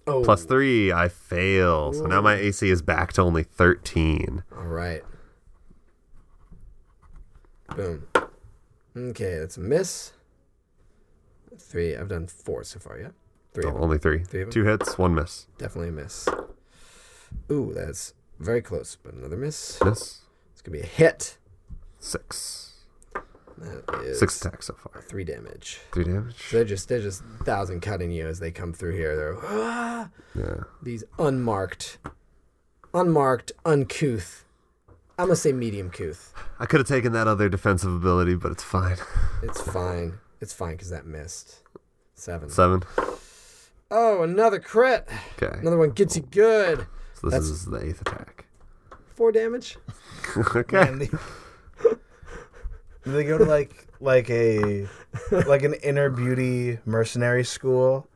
Speaker 2: Oh,
Speaker 3: plus three. I fail. So now my AC is back to only 13.
Speaker 2: All right. Boom. Okay, that's a miss. Three. I've done four so far. Yeah, three.
Speaker 3: Oh,
Speaker 2: of 'em.
Speaker 3: only three.
Speaker 2: Three of 'em?
Speaker 3: Two hits, one miss.
Speaker 2: Definitely a miss. Ooh, that's very close, but another miss.
Speaker 3: Miss.
Speaker 2: It's gonna be a hit.
Speaker 3: Six.
Speaker 2: That is
Speaker 3: Six attacks so far.
Speaker 2: Three damage.
Speaker 3: Three damage.
Speaker 2: So they're just they're just thousand cutting you as they come through here. They're "Ah!"
Speaker 3: Yeah.
Speaker 2: these unmarked, unmarked, uncouth. I'm gonna say medium couth.
Speaker 3: I could have taken that other defensive ability, but it's fine. (laughs)
Speaker 2: It's fine. It's fine because that missed. Seven.
Speaker 3: Seven.
Speaker 2: Oh, another crit.
Speaker 3: Okay.
Speaker 2: Another one gets you good.
Speaker 3: So this
Speaker 2: That's-
Speaker 3: is the eighth attack. (laughs)
Speaker 2: Four damage.
Speaker 3: (laughs) okay.
Speaker 4: And they, (laughs) they go to like like a like an inner beauty mercenary school,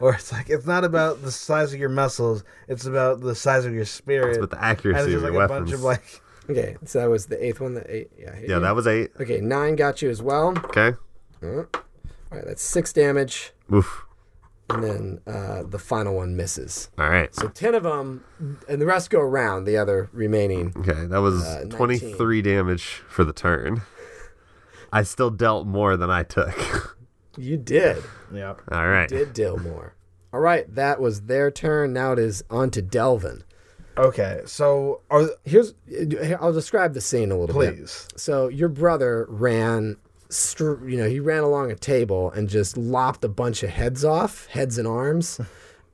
Speaker 4: or it's like it's not about the size of your muscles; it's about the size of your spirit.
Speaker 3: But the
Speaker 4: and it's
Speaker 3: accuracy of
Speaker 4: just
Speaker 3: your
Speaker 4: like a
Speaker 3: weapons.
Speaker 4: bunch of like
Speaker 2: Okay, so that was the eighth one. The eight. Yeah. hit
Speaker 3: yeah,
Speaker 2: you.
Speaker 3: that was eight.
Speaker 2: Okay, nine got you as well. Uh,
Speaker 3: Okay.
Speaker 2: All right, that's six damage,
Speaker 3: Oof.
Speaker 2: and then uh, the final one misses.
Speaker 3: All right.
Speaker 2: So ten of them, and the rest go around. The other remaining.
Speaker 3: Okay, that was
Speaker 2: Uh,
Speaker 3: 23 damage for the turn. I still dealt more than I took. (laughs)
Speaker 2: You did.
Speaker 4: yeah.
Speaker 3: All right.
Speaker 2: Did deal more. All right, that was their turn. Now it is on to Delvin.
Speaker 4: Okay, so are
Speaker 2: Here's. here, I'll describe the scene a little bit.
Speaker 4: please
Speaker 2: So your brother ran, str- you know, he ran along a table and just lopped a bunch of heads off, heads and arms,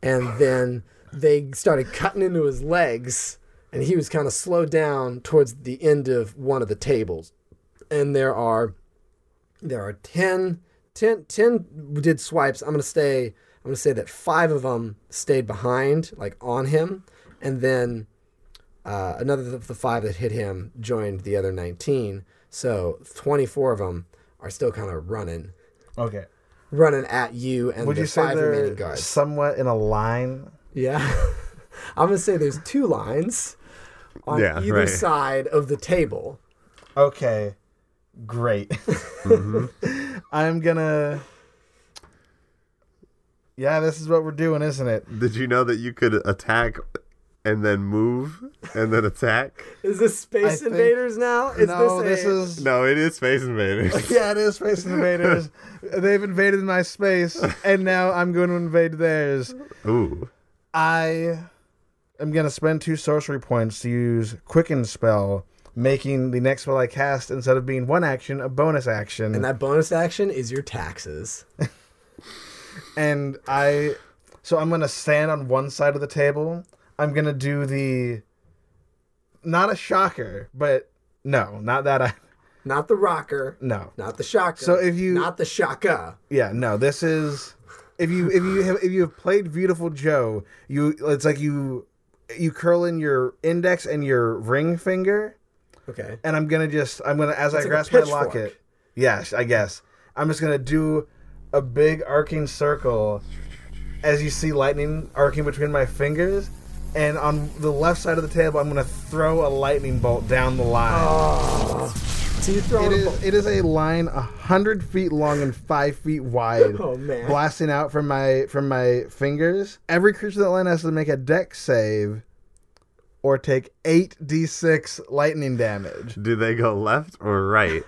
Speaker 2: and then they started cutting into his legs, and he was kind of slowed down towards the end of one of the tables, and there are, there are 10, 10, 10 did swipes. I'm gonna say, I'm gonna say that five of them stayed behind, like on him, and then uh, another of the five that hit him joined the other 19. So 24 of them are still kind of running,
Speaker 4: okay.
Speaker 2: running at you and
Speaker 4: Would
Speaker 2: the
Speaker 4: you say
Speaker 2: five remaining
Speaker 4: they're
Speaker 2: guards.
Speaker 4: somewhat in a line?
Speaker 2: Yeah. (laughs) I'm going to say there's two lines on
Speaker 3: Yeah,
Speaker 2: either
Speaker 3: right.
Speaker 2: side of the table.
Speaker 4: Okay, great. (laughs) I'm gonna. Yeah, this is what we're doing, isn't it?
Speaker 3: Did you know that you could attack and then move and then attack?
Speaker 2: Is this
Speaker 4: I
Speaker 2: Space
Speaker 4: think-
Speaker 2: Invaders now? Is
Speaker 4: no,
Speaker 2: this,
Speaker 4: this,
Speaker 2: a-
Speaker 4: is
Speaker 3: No, it is Space Invaders.
Speaker 4: yeah, it is
Speaker 2: (laughs)
Speaker 4: Space Invaders. They've invaded my space, and now I'm going to invade theirs.
Speaker 3: (laughs) Ooh.
Speaker 4: I am going to spend two sorcery points to use Quicken Spell, making the next spell I cast instead of being one action a bonus action.
Speaker 2: And that bonus action is your taxes.
Speaker 4: and I so I'm gonna stand on one side of the table. I'm gonna do the not a shocker, but no, not that I
Speaker 2: Not the rocker,
Speaker 4: no.
Speaker 2: not the shocker.
Speaker 4: So if you-
Speaker 2: Not the shaka.
Speaker 4: Yeah, no, this is if you if you have if you have played Beautiful Joe, you it's like you you curl in your index and your ring finger,
Speaker 2: Okay.
Speaker 4: and I'm gonna just I'm gonna as I
Speaker 2: like a
Speaker 4: grasp my
Speaker 2: pitchfork.
Speaker 4: locket. Yes, I guess I'm just gonna do a big arcing circle as you see lightning arcing between my fingers, and on the left side of the table, I'm gonna throw a lightning bolt down the line.
Speaker 2: So you throw
Speaker 4: It
Speaker 2: a
Speaker 4: is, it is a line a hundred feet long and five feet wide,
Speaker 2: Oh, man.
Speaker 4: blasting out from my from my fingers. Every creature in that line has to make a deck save, or take eight d six lightning damage.
Speaker 3: Do they go left or right?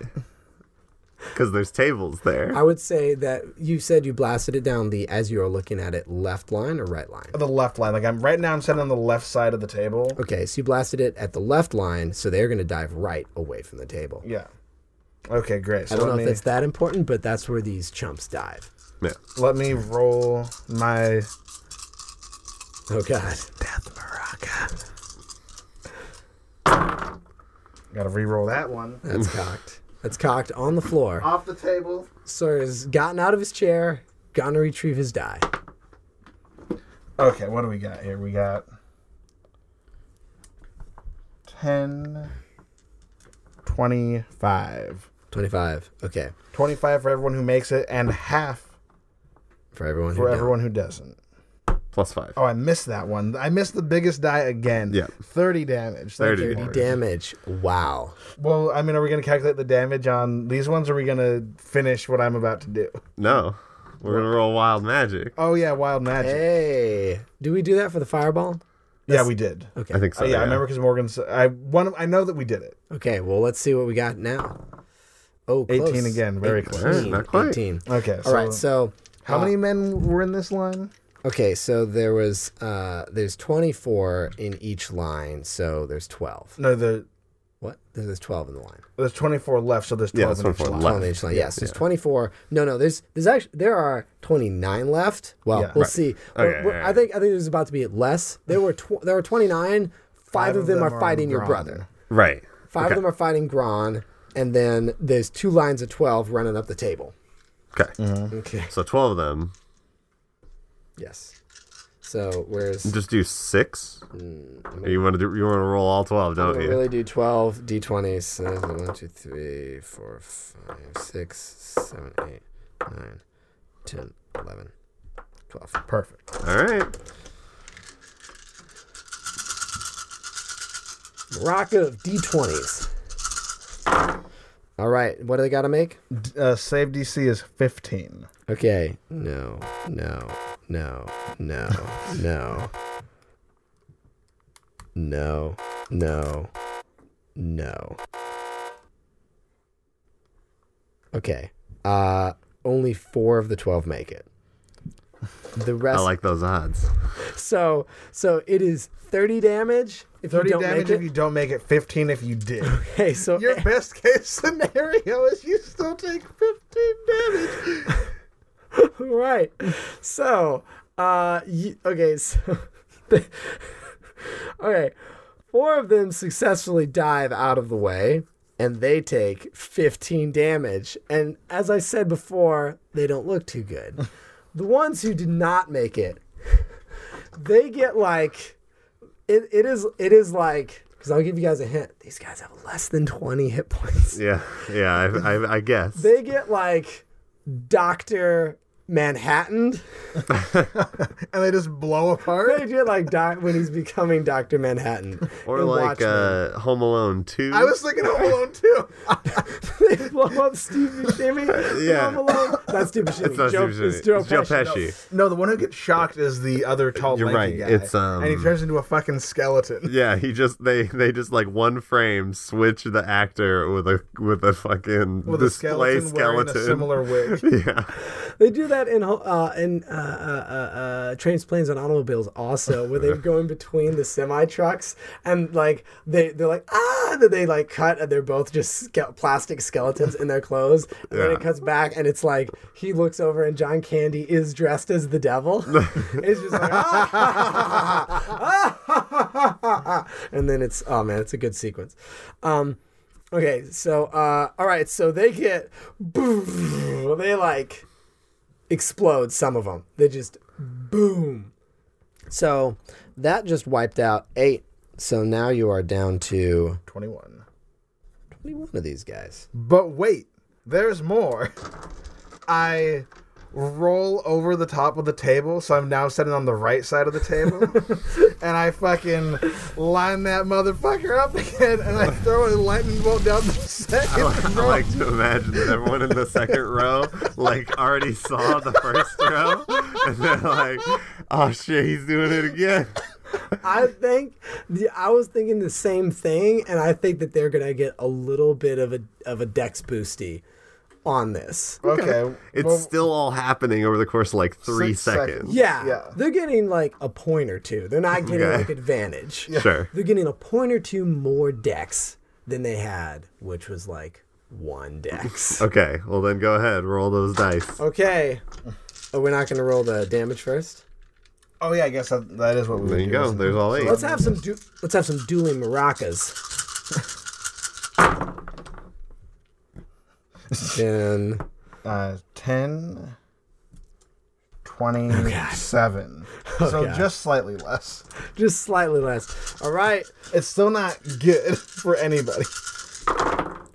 Speaker 3: Because there's tables there.
Speaker 2: I would say that you said you blasted it down the as you are looking at it left line or right line.
Speaker 4: The left line, like I'm right now, I'm sitting on the left side of the table.
Speaker 2: Okay, so you blasted it at the left line, so they're going to dive right away from the table.
Speaker 4: Yeah. Okay, great. So
Speaker 2: I don't
Speaker 4: let
Speaker 2: know
Speaker 4: me
Speaker 2: if that's that important, but that's where these chumps dive.
Speaker 3: Yeah.
Speaker 4: let me roll my
Speaker 2: Oh god.
Speaker 4: death maraca. Gotta re-roll that one
Speaker 2: That's cocked. That's cocked on the floor.
Speaker 4: off the table.
Speaker 2: Sir has gotten out of his chair, gone to retrieve his die.
Speaker 4: Okay, what do we got here? We got 10, 25.
Speaker 2: 25. Okay.
Speaker 4: 25 for everyone who makes it, and half
Speaker 2: For everyone who
Speaker 4: for
Speaker 2: don't.
Speaker 4: everyone who doesn't.
Speaker 3: Plus five.
Speaker 4: Oh, I missed that one. I missed the biggest die again.
Speaker 3: Yeah.
Speaker 4: 30 damage. Thank
Speaker 3: 30
Speaker 4: you.
Speaker 3: damage.
Speaker 2: Damage. Wow.
Speaker 4: Well, I mean, are we going to calculate the damage on these ones, or are we going to finish what I'm about to do?
Speaker 3: No. We're going to roll wild magic.
Speaker 4: Oh, yeah, wild magic.
Speaker 2: Hey. Do we do that for the fireball?
Speaker 4: yeah, we did.
Speaker 2: Okay.
Speaker 3: I think so.
Speaker 4: Oh, yeah, I remember because Morgan's. I one. of- I know that we did it.
Speaker 2: Okay, well, let's see what we got now. Oh,
Speaker 4: 18
Speaker 2: close.
Speaker 4: again, very close.
Speaker 3: Alright, not quite.
Speaker 2: 18.
Speaker 4: Okay.
Speaker 2: All right, so
Speaker 4: how
Speaker 2: uh,
Speaker 4: many men were in this line?
Speaker 2: Okay, so there was uh there's 24 in each line, so there's 12.
Speaker 4: No, the
Speaker 2: What? There's 12 in the line.
Speaker 4: There's 24 left, so there's
Speaker 3: Yeah,
Speaker 4: 12
Speaker 3: that's
Speaker 4: in each
Speaker 3: 24
Speaker 4: line.
Speaker 3: left.
Speaker 2: Twelve in each line. Yes, there's 24. No, no, there's there's actually there are 29 left. Well,
Speaker 4: Yeah.
Speaker 2: we'll
Speaker 4: Right.
Speaker 2: see. We're-
Speaker 3: Okay,
Speaker 2: we're- I
Speaker 3: alright.
Speaker 2: think I think there's about to be less. There were tw- there were 29. Five, of them, are,
Speaker 4: on
Speaker 2: fighting your
Speaker 4: Gron.
Speaker 2: brother.
Speaker 3: Right.
Speaker 2: Five
Speaker 3: Okay.
Speaker 2: of them are fighting Gron, and then there's two lines of 12 running up the table.
Speaker 3: Okay.
Speaker 2: Okay.
Speaker 3: So 12 of them.
Speaker 2: Yes. So where's
Speaker 3: Just do six. you want to do? You want to roll all 12,
Speaker 2: I'm
Speaker 3: don't
Speaker 2: gonna
Speaker 3: you?
Speaker 2: Oh, really do 12 d20s. So there's 1, 2, 3, 4, 5, 6, 7, 8, 9, 10, 11, 12.
Speaker 4: Perfect.
Speaker 3: All right.
Speaker 2: Rock of d20s. All right, what do they got to make?
Speaker 4: D- Uh, save DC is 15.
Speaker 2: Okay. No, no, no, no, no. No, no, no. Okay. Uh only 4 of the 12 make it. The
Speaker 3: I
Speaker 2: rest
Speaker 3: like those odds.
Speaker 2: (laughs) so so it is 30 damage if
Speaker 4: 30
Speaker 2: you don't
Speaker 4: damage
Speaker 2: make (laughs)
Speaker 4: if
Speaker 2: it.
Speaker 4: you don't make it, 15 if you
Speaker 2: (laughs)
Speaker 4: did.
Speaker 2: Okay, so
Speaker 4: Your best case scenario is you still take 15 damage.
Speaker 2: (laughs) right. So, uh, you, okay, so, (laughs) okay, four of them successfully dive out of the way, and they take 15 damage. And as I said before, they don't look too good. the ones who did not make it, (laughs) they get like, it, it is, it is like, because I'll give you guys a hint. These guys have less than 20 hit points
Speaker 3: (laughs) Yeah. Yeah. I, I, I guess.
Speaker 2: they get like Doctor Manhattan.
Speaker 4: And they just blow apart.
Speaker 2: They get like doc when he's becoming Doctor Manhattan.
Speaker 3: or
Speaker 2: in
Speaker 3: like
Speaker 2: Watchmen.
Speaker 3: uh, Home Alone 2.
Speaker 4: I was thinking Home Alone too.
Speaker 2: (laughs) they blow up Steve Buscemi.
Speaker 3: (laughs) Yeah.
Speaker 2: Home Alone. Not Steve Buscemi.
Speaker 3: (laughs) it's not
Speaker 2: Joe,
Speaker 3: Steve Buscemi.
Speaker 2: It's Joe,
Speaker 3: Joe
Speaker 2: Pesci.
Speaker 3: Pesci.
Speaker 4: No, the one who gets shocked is the other tall
Speaker 3: You're
Speaker 4: lanky
Speaker 3: right,
Speaker 4: guy.
Speaker 3: it's, um,
Speaker 4: And he turns into a fucking skeleton. (laughs)
Speaker 3: Yeah, he just they they just like one frame switch the actor with a with a fucking
Speaker 4: With a
Speaker 3: display
Speaker 4: skeleton, wearing a similar wig.
Speaker 3: yeah,
Speaker 2: They do that in ho- uh, in uh, uh, uh, uh, trains, planes, and automobiles also, where they go in between the semi trucks and like they they're like ah, and then they like cut and they're both just ske- plastic skeletons in their clothes, and then
Speaker 3: Yeah.
Speaker 2: it cuts back and it's like he looks over and John Candy is dressed as the devil. it's just like ah, (laughs) and then it's oh man, it's a good sequence. Um, okay, so uh, all right, so they get (laughs) they like explode. Some of them they just boom, So that just wiped out eight. So now you are down to
Speaker 4: 21.
Speaker 2: 21 of these guys.
Speaker 4: But wait, there's more. I roll over the top of the table, so I'm now sitting on the right side of the table,
Speaker 3: (laughs)
Speaker 4: and I fucking line that motherfucker up again, and I throw a lightning bolt down the
Speaker 3: I
Speaker 4: second
Speaker 3: like, (laughs) I
Speaker 4: row.
Speaker 3: like to imagine that everyone in the second row like already saw the first (laughs) row, and they're like, "Oh shit, he's doing it again."
Speaker 5: I think I was thinking the same thing, and I think that they're gonna get a little bit of a of a dex boosty on this.
Speaker 4: Okay,
Speaker 3: It's
Speaker 4: well,
Speaker 3: still all happening over the course of like three
Speaker 4: Six seconds.
Speaker 3: seconds.
Speaker 5: Yeah,
Speaker 4: Yeah.
Speaker 5: they're getting like a point or two. They're not getting
Speaker 3: Okay.
Speaker 5: like advantage.
Speaker 3: Sure.
Speaker 5: They're getting a point or two more dex than they had, which was like one dex.
Speaker 3: Okay. Well, then go ahead, roll those dice.
Speaker 5: okay. Oh, we're not gonna roll the damage first.
Speaker 4: oh yeah, I guess that, that is what we
Speaker 3: There
Speaker 4: would
Speaker 3: you
Speaker 4: do,
Speaker 3: go.
Speaker 4: isn't it?
Speaker 3: There's all eight.
Speaker 5: Let's have some du- let's have some dueling maracas.
Speaker 2: Then
Speaker 4: uh, 10, 27.
Speaker 3: (laughs)
Speaker 4: so just slightly less.
Speaker 5: Just slightly less. All right.
Speaker 4: It's still not good (laughs) for anybody.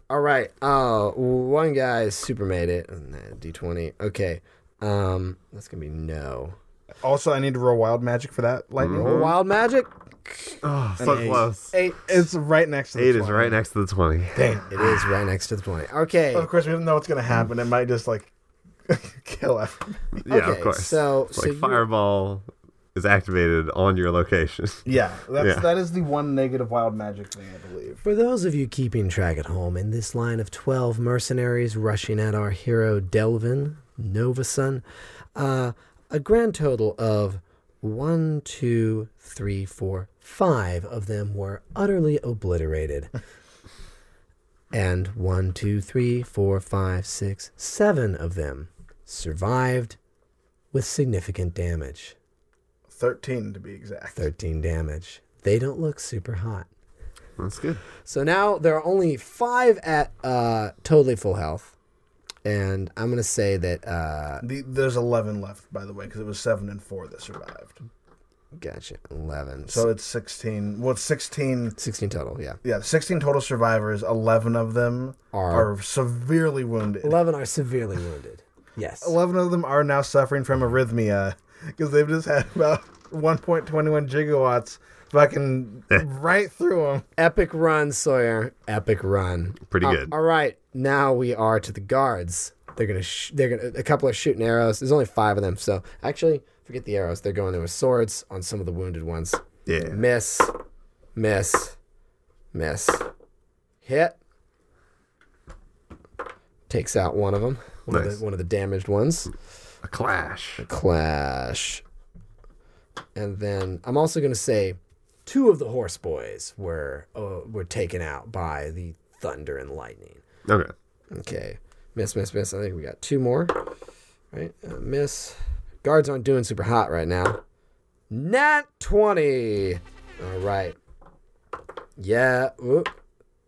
Speaker 2: All right. Uh, one guy super made it. And then D20. Okay. Um, that's gonna be no.
Speaker 4: Also, I need to roll wild magic for that lightning bolt.
Speaker 2: Wild magic.
Speaker 3: Oh, so close. Eight,
Speaker 2: Eight.
Speaker 4: It's right next to the
Speaker 3: is
Speaker 4: 20.
Speaker 3: right next to the twenty.
Speaker 2: It is right next to the 20. Okay.
Speaker 4: Of course, we don't know what's going to happen. It might just like (laughs) kill everyone.
Speaker 3: Yeah, of
Speaker 2: Okay,
Speaker 3: course.
Speaker 2: so-
Speaker 3: It's
Speaker 2: so
Speaker 3: like
Speaker 2: you-
Speaker 3: fireball is activated on your location. (laughs)
Speaker 4: Yeah, that's
Speaker 3: Yeah.
Speaker 4: that is the one negative wild magic thing I believe.
Speaker 5: For those of you keeping track at home, in this line of 12 mercenaries rushing at our hero Delvin, Novasun, uh, a grand total of one, two, three, four, five of them were utterly obliterated. (laughs) and one, two, three, four, five, six, seven of them survived with significant damage
Speaker 4: 13 to be exact.
Speaker 5: 13 damage. They don't look super hot.
Speaker 3: That's good.
Speaker 2: So now there are only five at uh, totally full health, and I'm gonna say that. Uh,
Speaker 4: The, there's 11 left, by the way, because it was 7 and 4 that survived.
Speaker 2: gotcha. Eleven.
Speaker 4: So it's 16. Well, it's 16.
Speaker 2: sixteen total. Yeah.
Speaker 4: Yeah, 16 total survivors. 11 of them
Speaker 2: Are-
Speaker 4: are, severely wounded.
Speaker 5: 11 are severely
Speaker 2: (laughs)
Speaker 5: wounded. Yes.
Speaker 4: 11 of them are now suffering from arrhythmia because they've just had about 1.21 gigawatts fucking right through them.
Speaker 2: Epic run, Sawyer. Epic run.
Speaker 3: Pretty
Speaker 2: Uh,
Speaker 3: good.
Speaker 2: All right. Now we are to the guards. They're gonna. Sh- they're gonna. A couple are shooting arrows. There's only five of them. So actually, forget the arrows. They're going in with swords on some of the wounded ones.
Speaker 3: Yeah.
Speaker 2: Miss. Miss. Miss. Hit. Takes out one of them. One, of,
Speaker 3: Nice.
Speaker 2: the, one of the damaged ones.
Speaker 3: A clash.
Speaker 2: Clash. And then I'm also going to say two of the horse boys were uh, were taken out by the thunder and lightning.
Speaker 3: Okay.
Speaker 2: Okay. Miss, miss, miss. I think we got two more. Right? Uh, miss. Guards aren't doing super hot right now. Nat 20. All right. Yeah. Whoop.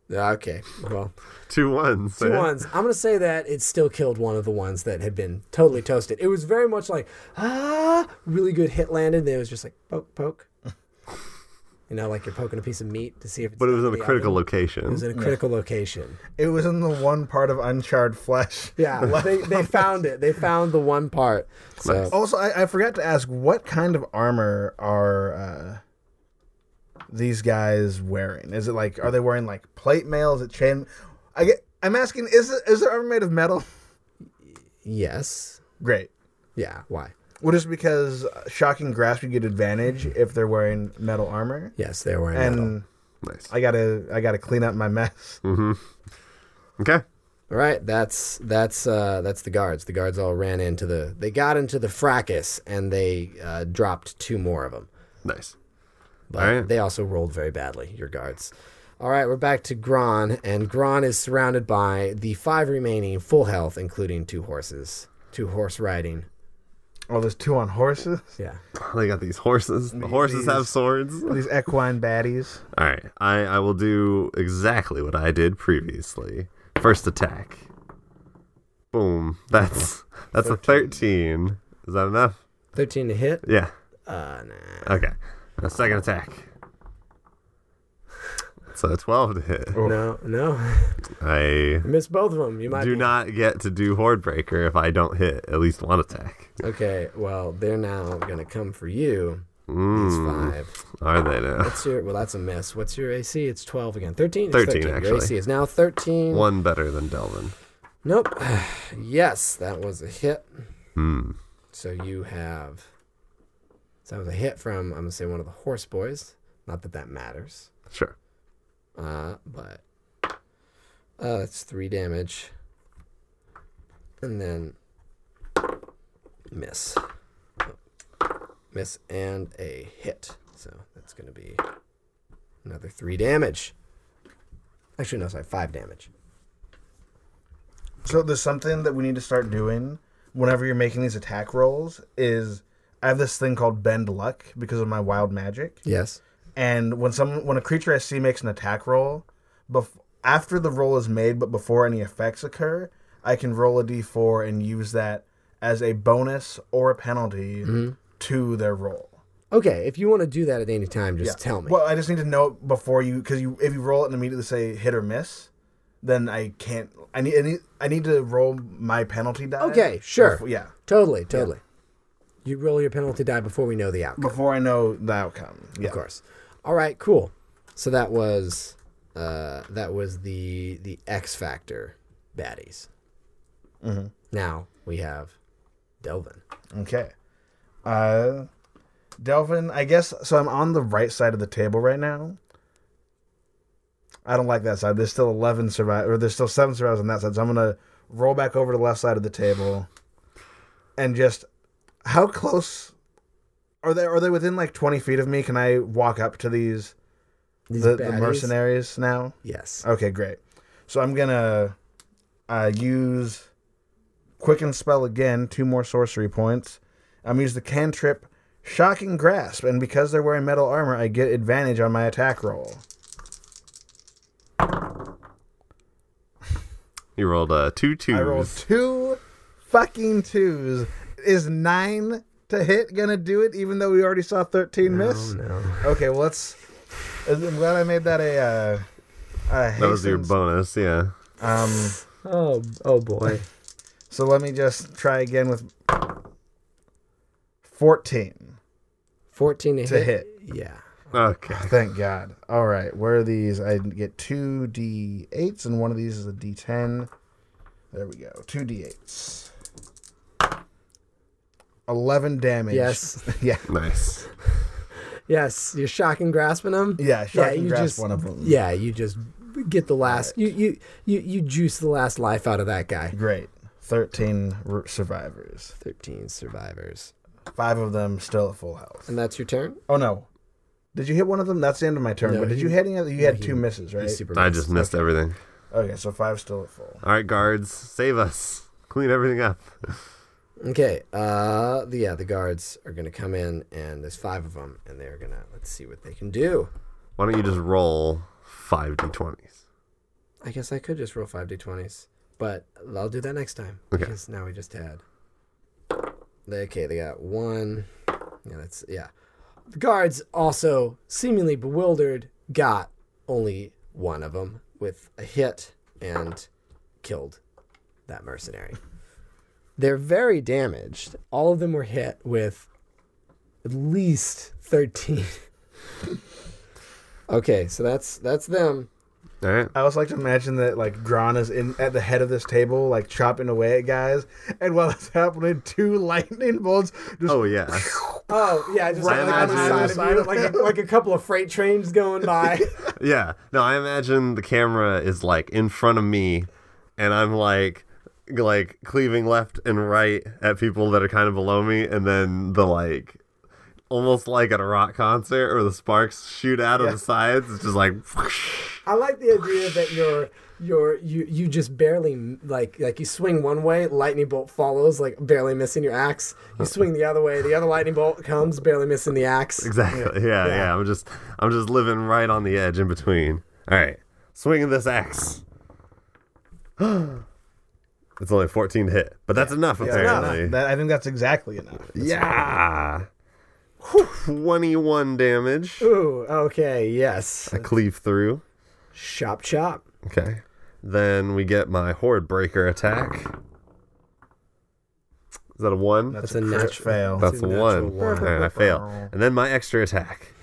Speaker 2: Okay. Well,
Speaker 3: Two ones.
Speaker 5: two
Speaker 3: man.
Speaker 5: ones. I'm gonna say that it still killed one of the ones that had been totally toasted. It was very much like ah, really good hit landed. Then it was just like poke,
Speaker 3: (laughs)
Speaker 5: poke. you know, like you're poking a piece of meat to see if. It's
Speaker 3: But it was in
Speaker 5: the
Speaker 3: a critical
Speaker 5: oven.
Speaker 3: location.
Speaker 5: It was in a critical location.
Speaker 4: It was in the one part of uncharred flesh.
Speaker 3: (laughs)
Speaker 5: Yeah, they, they found it. They found the one part.
Speaker 2: so
Speaker 3: Oh.
Speaker 4: Also, I, I forgot to ask what kind of armor are uh, these guys wearing? Is it like, are they wearing like plate mail? Is it chain? I get, I'm asking, is, it, is their armor made of metal? (laughs)
Speaker 2: yes.
Speaker 4: Great.
Speaker 2: Yeah. Why?
Speaker 4: Well, just because shocking grasp, you get advantage if they're wearing metal armor.
Speaker 2: Yes, they were in
Speaker 4: and
Speaker 2: metal.
Speaker 3: nice.
Speaker 4: I gotta I gotta clean up my mess.
Speaker 3: Okay.
Speaker 2: All right, that's that's uh, that's the guards. The guards all ran into the. They got into the fracas and they uh, dropped two more of them.
Speaker 3: Nice. (laughs)
Speaker 2: But
Speaker 3: All right.
Speaker 2: they also rolled very badly. Your guards. All right, we're back to Gron, and Gron is surrounded by the five remaining full health, including two horses, two horse riding.
Speaker 4: Oh, there's two on horses.
Speaker 5: Yeah.
Speaker 3: They got these horses. The horses
Speaker 4: these-
Speaker 3: have swords. (laughs) All
Speaker 4: These equine baddies.
Speaker 3: right. I, I will do exactly what I did previously. First attack. (laughs) Boom. That's that's a 13. Is that enough?
Speaker 2: Thirteen to hit.
Speaker 3: Yeah.
Speaker 2: Uh, nah.
Speaker 3: Okay. A second attack. So a 12 to hit.
Speaker 2: No, no. (laughs)
Speaker 3: I
Speaker 2: Miss both of them. You might
Speaker 3: do
Speaker 2: be-
Speaker 3: not get to do Horde Breaker if I don't hit at least one attack.
Speaker 2: Okay, well, they're now going to come for you. It's
Speaker 3: Mm,
Speaker 2: five.
Speaker 3: are they
Speaker 4: (laughs)
Speaker 3: now?
Speaker 2: What's your, well, that's a miss. What's your AC? It's 12 again. 13? It's
Speaker 3: 13,
Speaker 2: Your
Speaker 3: actually.
Speaker 2: AC is now 13.
Speaker 3: One better than Delvin.
Speaker 2: Nope. (sighs) yes, that was a hit.
Speaker 3: Hmm.
Speaker 2: So you have. So that was a hit from, I'm going to say, one of the horse boys. Not that that matters.
Speaker 3: Sure.
Speaker 2: Uh, but. Uh, that's three damage. And then. Miss. Miss and a hit. So that's going to be another three damage. Actually, no, sorry, five damage.
Speaker 4: So there's something that we need to start doing whenever you're making these attack rolls is I have this thing called bend luck because of my wild magic.
Speaker 2: Yes.
Speaker 4: And when some when a creature I see makes an attack roll, bef- after the roll is made but before any effects occur, I can roll a d4 and use that as a bonus or a penalty
Speaker 2: Mm-hmm.
Speaker 4: to their roll.
Speaker 2: Okay, if you want to do that at any time, just tell me.
Speaker 4: Well, I just need to know it before you because you if you roll it and immediately say hit or miss, then I can't. I need I need, I need to roll my penalty die.
Speaker 2: Okay, sure.
Speaker 4: befo- yeah,
Speaker 2: Totally, totally. You roll your penalty die before we know the outcome,
Speaker 4: before I know the outcome. Yeah.
Speaker 2: of course. All right, cool. So that was uh, that was the the X Factor baddies.
Speaker 4: Mm-hmm.
Speaker 2: Now we have Delvin.
Speaker 4: Okay. Uh, Delvin, I guess so. I'm on the right side of the table right now. I don't like that side. There's still eleven survivors, or there's still seven survivors on that side. So I'm gonna roll back over to the left side of the table, and just how close are they? Are they within like twenty feet of me? Can I walk up to these,
Speaker 2: These
Speaker 4: the, the
Speaker 2: baddies-
Speaker 4: mercenaries now?
Speaker 2: Yes.
Speaker 4: Okay, great. So I'm gonna uh, use quicken spell again, two more sorcery points. I'm gonna use the cantrip shocking grasp, and because they're wearing metal armor, I get advantage on my attack roll.
Speaker 3: You rolled uh, two twos.
Speaker 4: I rolled two fucking twos. Is nine to hit gonna do it? Even though we already saw thirteen miss.
Speaker 2: no.
Speaker 4: Okay, well let's. I'm glad I made that a. Uh, a
Speaker 3: that was your
Speaker 4: Hastings-
Speaker 3: bonus, yeah.
Speaker 4: um,
Speaker 2: Oh, oh boy.
Speaker 4: So let me just try again with 14.
Speaker 2: (laughs) Fourteen to,
Speaker 4: To
Speaker 2: Yeah.
Speaker 3: Okay.
Speaker 4: Thank God. All right, where are these? I get two D8s, and one of these is a D10. There we go. Two D8s. 11 damage.
Speaker 2: Yes.
Speaker 4: (laughs) yeah.
Speaker 3: Nice.
Speaker 2: Yes. You're shocking grasping them.
Speaker 4: Yeah, shocking
Speaker 2: you
Speaker 4: grasp
Speaker 2: just-
Speaker 4: one of them.
Speaker 2: Yeah, you just get the last. You, you you you juice the last life out of that guy.
Speaker 4: Great. 13 r- survivors.
Speaker 2: 13 survivors.
Speaker 4: Five of them still at full health.
Speaker 2: And that's your turn?
Speaker 4: Oh, no. Did you hit one of them? That's the end of my turn.
Speaker 2: No,
Speaker 4: but did
Speaker 2: he-
Speaker 4: you hit any other? You had
Speaker 2: he-
Speaker 4: two misses,
Speaker 2: You
Speaker 4: right?
Speaker 2: super
Speaker 3: I
Speaker 2: missed.
Speaker 3: just missed everything.
Speaker 4: okay, so five still at full.
Speaker 3: All right, guards, save us. Clean everything up.
Speaker 2: Okay. Uh, the, yeah, the guards are going to come in, and there's five of them, and they're going to, let's see what they can do.
Speaker 3: Why don't you just roll five d20s?
Speaker 2: I guess I could just roll 5d20s, but I'll do that next time.
Speaker 3: Okay.
Speaker 2: Because now we just had. They- Okay, they got one. Yeah, that's, yeah. The guards also, seemingly bewildered, got only one of them with a hit and killed that mercenary. They're very damaged. All of them were hit with at least 13. (laughs) okay, so that's that's them.
Speaker 3: All right.
Speaker 4: I also like to imagine that like Gron is in at the head of this table, like chopping away at guys, and while that's (laughs) happening, two lightning bolts just (laughs)
Speaker 3: Oh, yeah.
Speaker 2: Oh yeah, just
Speaker 3: Right
Speaker 2: like on the
Speaker 3: on
Speaker 2: side of
Speaker 3: the
Speaker 2: you, like a, like a couple of freight trains going by.
Speaker 3: Yeah. No, I imagine the camera is like in front of me and I'm like like cleaving left and right at people that are kind of below me and then the like almost like at a rock concert or the sparks shoot out of the sides it's just like
Speaker 2: I like the idea that you're you're you you just barely like like you swing one way, lightning bolt follows, like barely missing your axe. You swing the other way, the other lightning bolt comes, barely missing the axe.
Speaker 3: exactly yeah, yeah i'm just i'm just living right on the edge in between all right swinging this axe (gasps) it's only 14 to hit but that's enough
Speaker 4: Yeah,
Speaker 3: apparently
Speaker 4: that, I think that's exactly enough.
Speaker 3: Yeah. 21 damage.
Speaker 2: Ooh, okay, yes.
Speaker 3: I cleave through.
Speaker 2: Chop chop.
Speaker 3: Okay. Then we get my horde breaker attack. Is that a one?
Speaker 4: That's,
Speaker 2: a
Speaker 4: a,
Speaker 2: nat-
Speaker 4: crit fail.
Speaker 3: That's a
Speaker 2: natural
Speaker 3: one.
Speaker 2: one.
Speaker 3: And I fail. And then my extra attack.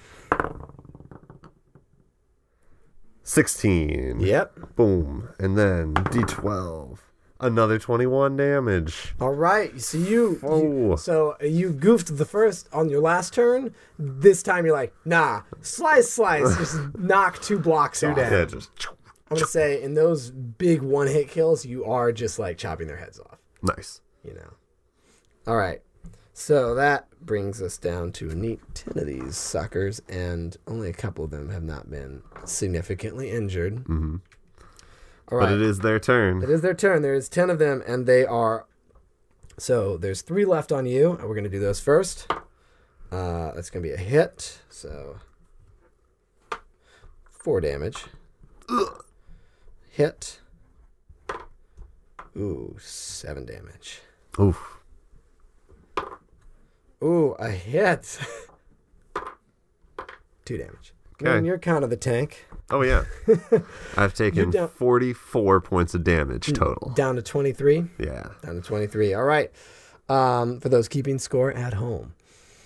Speaker 3: 16.
Speaker 2: Yep.
Speaker 3: Boom. And then D12. Another 21 damage.
Speaker 2: All right. So you, you-
Speaker 3: Oh.
Speaker 2: so uh, you goofed the first on your last turn. This time you're like, nah, slice, slice, just
Speaker 3: (laughs)
Speaker 2: knock two blocks off.
Speaker 3: Yeah, just.
Speaker 2: I'm gonna say in those big one hit kills, you are just like chopping their heads off.
Speaker 3: Nice.
Speaker 2: You know. All right. So that brings us down to a neat ten of these suckers, and only a couple of them have not been significantly injured. Mm-hmm. right.
Speaker 3: But it is their turn.
Speaker 2: It is their turn. There is 10 of them, and they are. So there's three left on you, and we're going to do those first. Uh, that's going to be a hit. So. Four damage. Hit. Ooh, seven damage.
Speaker 3: Oof.
Speaker 2: Ooh, a hit. (laughs) Two damage.
Speaker 3: Okay.
Speaker 2: And you're kind of the tank.
Speaker 3: Oh,
Speaker 4: (laughs)
Speaker 3: yeah. I've taken
Speaker 2: down-
Speaker 3: 44 points of damage
Speaker 4: Mm,
Speaker 3: total.
Speaker 2: Down to 23.
Speaker 3: Yeah.
Speaker 2: Down to 23. All right. Um, for those keeping score at home.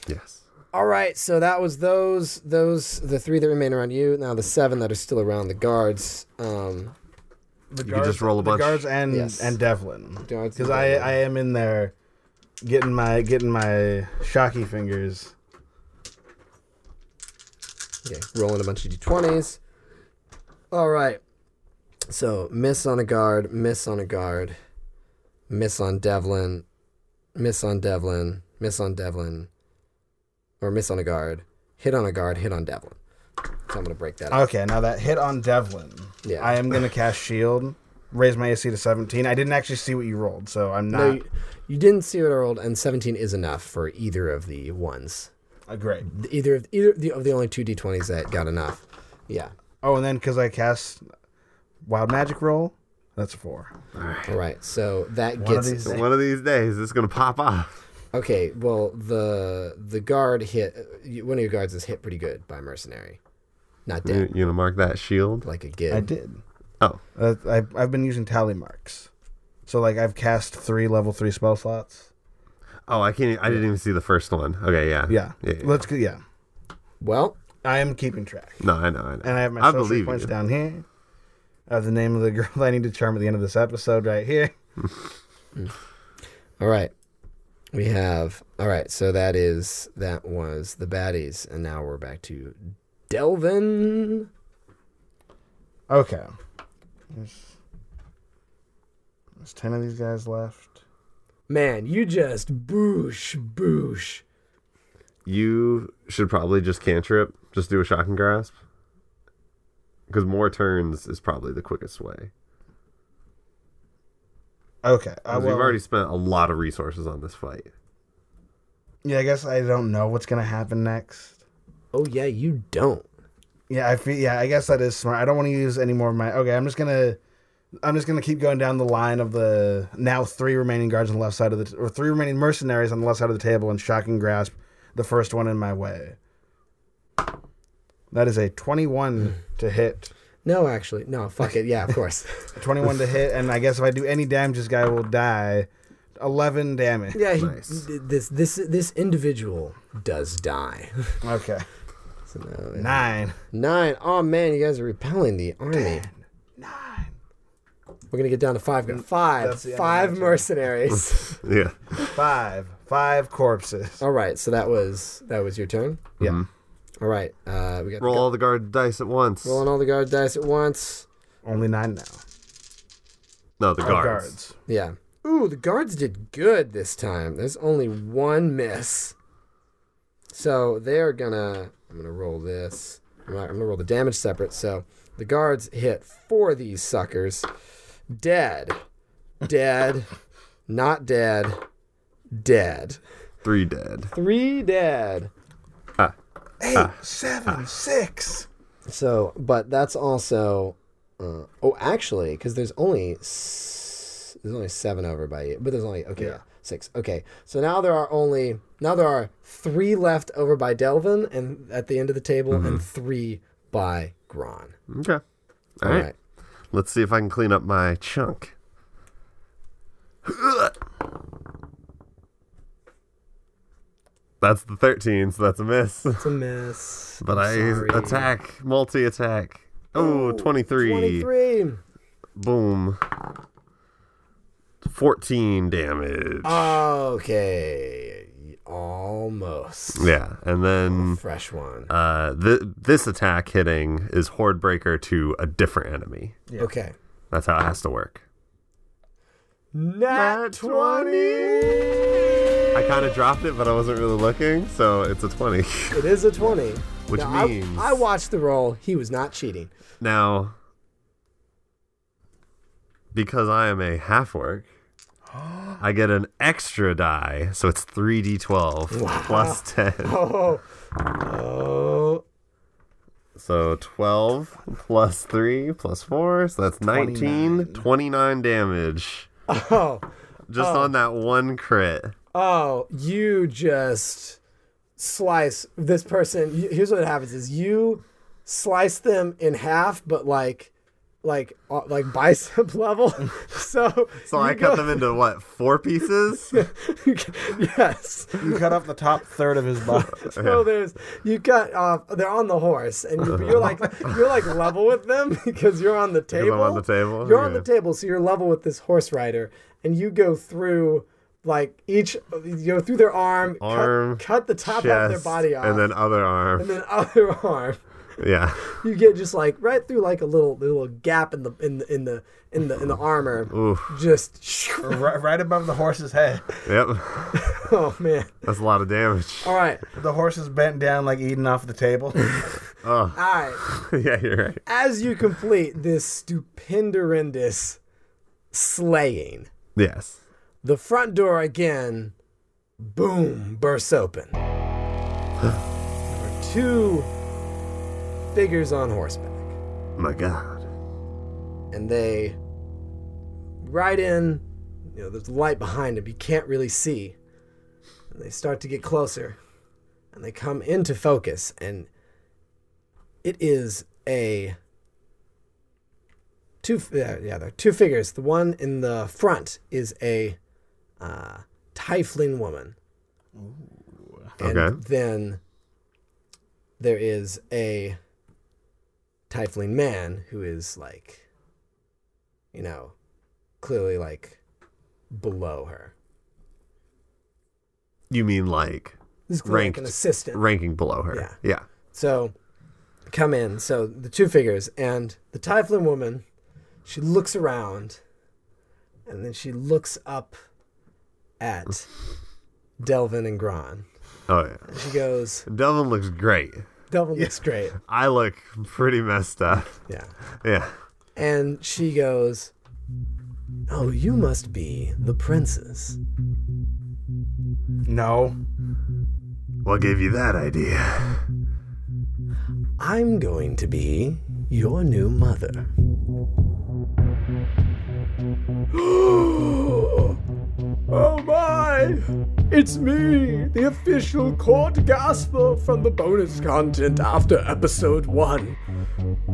Speaker 3: Yes.
Speaker 2: All right, so that was those those the three that remain around you. Now the seven that are still around the guards. Um,
Speaker 4: The
Speaker 3: You could just roll a
Speaker 4: the
Speaker 3: bunch.
Speaker 4: guards and
Speaker 2: Yes.
Speaker 4: and Devlin.
Speaker 2: Guards
Speaker 4: Because
Speaker 2: and
Speaker 4: I
Speaker 2: Devlin.
Speaker 4: I am in there, getting my getting my shocky fingers.
Speaker 2: okay, rolling a bunch of d20s. All right, so miss on a guard, miss on a guard, miss on Devlin, miss on Devlin, miss on Devlin, or miss on a guard, hit on a guard, hit on Devlin. So I'm gonna break that. up.
Speaker 4: Okay, now that hit on Devlin.
Speaker 2: Yeah.
Speaker 4: I am gonna cast shield, raise my AC to seventeen. I didn't actually see what you rolled, so I'm
Speaker 2: No,
Speaker 4: not
Speaker 2: you, you didn't see what I rolled, and 17 is enough for either of the ones.
Speaker 4: uh, great.
Speaker 2: either of either of the, of the only two d20s that got enough. Yeah.
Speaker 4: Oh, and then because I cast wild magic roll, that's a four.
Speaker 2: All right. So that
Speaker 4: One of
Speaker 2: gets
Speaker 3: (laughs)
Speaker 4: these-
Speaker 3: One of these days, it's going to pop off.
Speaker 2: okay. Well, the the guard hit you- one of your guards is hit pretty good by mercenary, not
Speaker 3: You,
Speaker 2: dead
Speaker 3: you going to mark that shield?
Speaker 2: like a
Speaker 4: I
Speaker 2: gid.
Speaker 4: did.
Speaker 3: Oh.
Speaker 4: Uh, I I've been using tally marks, so like I've cast three level three spell slots.
Speaker 3: Oh, I can't. I didn't even see the first one. Okay, yeah.
Speaker 4: Yeah,
Speaker 3: yeah, yeah.
Speaker 4: let's go. Yeah,
Speaker 2: Well,
Speaker 4: I am keeping track,
Speaker 3: No, I know. I know.
Speaker 4: and I have my
Speaker 3: I
Speaker 4: social
Speaker 3: believe
Speaker 4: points
Speaker 3: you.
Speaker 4: down here. I have the name of the (laughs) girl I need to charm at the end of this episode right here.
Speaker 2: all right. We have all right. So that is that was the baddies, and now we're back to Delvin.
Speaker 4: Okay. There's, there's ten of these guys left.
Speaker 2: Man, you just boosh boosh.
Speaker 3: You should probably just cantrip. Just do a shocking grasp. Because more turns is probably the quickest way.
Speaker 4: Okay. Uh, I
Speaker 3: 'Cause
Speaker 4: will-
Speaker 3: We've already spent a lot of resources on this
Speaker 4: (laughs)
Speaker 3: fight.
Speaker 4: Yeah, I guess I don't know what's gonna happen next.
Speaker 2: Oh yeah, you don't.
Speaker 4: Yeah, I feel. Yeah, I guess that is smart. I don't want to use any more of my. Okay, I'm just gonna, I'm just gonna keep going down the line of the now three remaining guards on the left side of the, t- or three remaining mercenaries on the left side of the table and shocking grasp the first one in my way. That is a 21 to hit.
Speaker 2: No, actually, no. Fuck it. Yeah, of
Speaker 4: (laughs)
Speaker 2: course.
Speaker 4: A 21 to hit, and I guess if I do any damage, this guy will die. 11 damage.
Speaker 2: Yeah, he,
Speaker 3: Nice.
Speaker 2: th- this this this individual does die.
Speaker 4: Okay.
Speaker 2: So now they-
Speaker 4: Nine.
Speaker 2: (laughs) nine. Oh man, you guys are repelling the army.
Speaker 4: Nine.
Speaker 2: We're gonna get down to five. now. Five.
Speaker 4: that's the end of
Speaker 2: Five
Speaker 4: my
Speaker 2: (laughs)
Speaker 4: turn.
Speaker 2: mercenaries.
Speaker 3: Yeah.
Speaker 4: Five. Five corpses.
Speaker 2: All right. So that was that was your turn.
Speaker 4: Yeah.
Speaker 2: All right. Uh, we got
Speaker 3: Roll all the guard dice at once.
Speaker 2: rolling all the guard dice at once.
Speaker 4: Only nine now.
Speaker 3: No, the
Speaker 4: Or
Speaker 3: guards.
Speaker 4: guards.
Speaker 2: Yeah. Ooh, the guards did good this time. There's only one miss. So they're gonna. I'm gonna roll this. I'm gonna, I'm gonna roll the damage separate. So the guards hit four of these suckers. Dead. (laughs) Dead. not dead. Dead.
Speaker 3: Three dead.
Speaker 2: Three dead.
Speaker 4: Eight, seven, six.
Speaker 2: So, but that's also. Uh, oh, actually, because there's only s- there's only seven over by you, but there's only okay. Yeah.
Speaker 4: Yeah.
Speaker 2: Six. Okay. So now there are only now there are three left over by Delvin and at the end of the table
Speaker 3: Mm-hmm.
Speaker 2: and three by Gron.
Speaker 3: Okay.
Speaker 2: All
Speaker 3: All right. Let's see if I can clean up my chunk. That's the 13, so that's a miss.
Speaker 2: It's a miss.
Speaker 3: But I
Speaker 2: I'm sorry.
Speaker 3: attack, multi attack. Oh, 23.
Speaker 2: 23.
Speaker 3: Boom. 14 damage.
Speaker 2: Ah. Okay. Almost.
Speaker 3: yeah, and then
Speaker 2: Fresh one.
Speaker 3: uh, th- this attack hitting is Horde Breaker to a different enemy.
Speaker 2: Okay.
Speaker 3: That's how it has to work.
Speaker 2: Nat 20.
Speaker 3: I kind of dropped it, but I wasn't really looking, so it's a 20.
Speaker 2: It is a 20.
Speaker 3: Which
Speaker 2: Now, I-
Speaker 3: means-
Speaker 2: I, watched the roll. He was not cheating.
Speaker 3: (laughs) now, because I am a half orc, I get an extra die, so it's 3d12 plus 10.
Speaker 2: (laughs) Oh. Oh.
Speaker 3: So 12 plus 3 plus 4, so that's 19, 29, damage.
Speaker 2: (laughs) Oh.
Speaker 3: Just on that one crit.
Speaker 2: Oh, you just slice this person. y- Here's what happens: is you slice them in half, but like, like, uh, like bicep (laughs)
Speaker 3: (laughs)
Speaker 2: level. so,
Speaker 3: So I cut them into what,
Speaker 2: (laughs)
Speaker 3: four pieces?
Speaker 2: yes.
Speaker 4: You cut off the top third of his body.
Speaker 3: (laughs)
Speaker 2: So there's you cut off. They're on the horse, and you, you're
Speaker 3: (laughs)
Speaker 2: like you're like level with them (laughs) because you're on the table.
Speaker 3: I'm on the table?
Speaker 2: You're on the
Speaker 3: Okay.
Speaker 2: table, so you're level with this horse rider, and you go through like each you go through their arm, cut-
Speaker 3: Arm,
Speaker 2: cut, the top of their
Speaker 3: Chest,
Speaker 2: body off,
Speaker 3: And then other
Speaker 2: and
Speaker 3: arm.
Speaker 2: then other (laughs) arm.
Speaker 3: Yeah.
Speaker 2: You get just like right through like a little little gap in the in the in the in the in the armor.
Speaker 3: Oof.
Speaker 2: Just (laughs)
Speaker 4: right, right above the horse's head.
Speaker 3: Yep.
Speaker 2: oh man!
Speaker 3: That's a lot of damage.
Speaker 2: All right,
Speaker 4: The horse is bent down, like eating off the
Speaker 3: (laughs)
Speaker 4: table.
Speaker 2: all right.
Speaker 3: Oh, yeah, you're right.
Speaker 2: as you complete this stupendous slaying,
Speaker 3: Yes.
Speaker 2: the front door again, boom, bursts open. there are two figures on horseback,
Speaker 3: My God.
Speaker 2: and they ride in. You know, there's light behind them, you can't really see. And they start to get closer, and they come into focus, and it is a two f- yeah, yeah there are two figures the one in the front is a uh, tiefling woman and
Speaker 3: Okay.
Speaker 2: then there is a tiefling man who is like you know clearly like below her
Speaker 3: You mean like
Speaker 2: this is clearly like an
Speaker 3: Ranked.
Speaker 2: assistant
Speaker 3: ranking below her?
Speaker 2: Yeah.
Speaker 3: Yeah.
Speaker 2: So come in. So the two figures and the Typhloon woman, she looks around and then she looks up at Delvin and Gron.
Speaker 3: Oh yeah.
Speaker 2: She goes,
Speaker 3: Delvin looks great.
Speaker 2: Delvin looks great.
Speaker 3: I look pretty messed up.
Speaker 2: Yeah.
Speaker 3: Yeah.
Speaker 2: And she goes, Oh, you must be the princess.
Speaker 4: no.
Speaker 3: What gave you that idea?
Speaker 2: I'm going to be your new mother. (gasps) oh my! It's me, the official court gasper from the bonus content after episode one.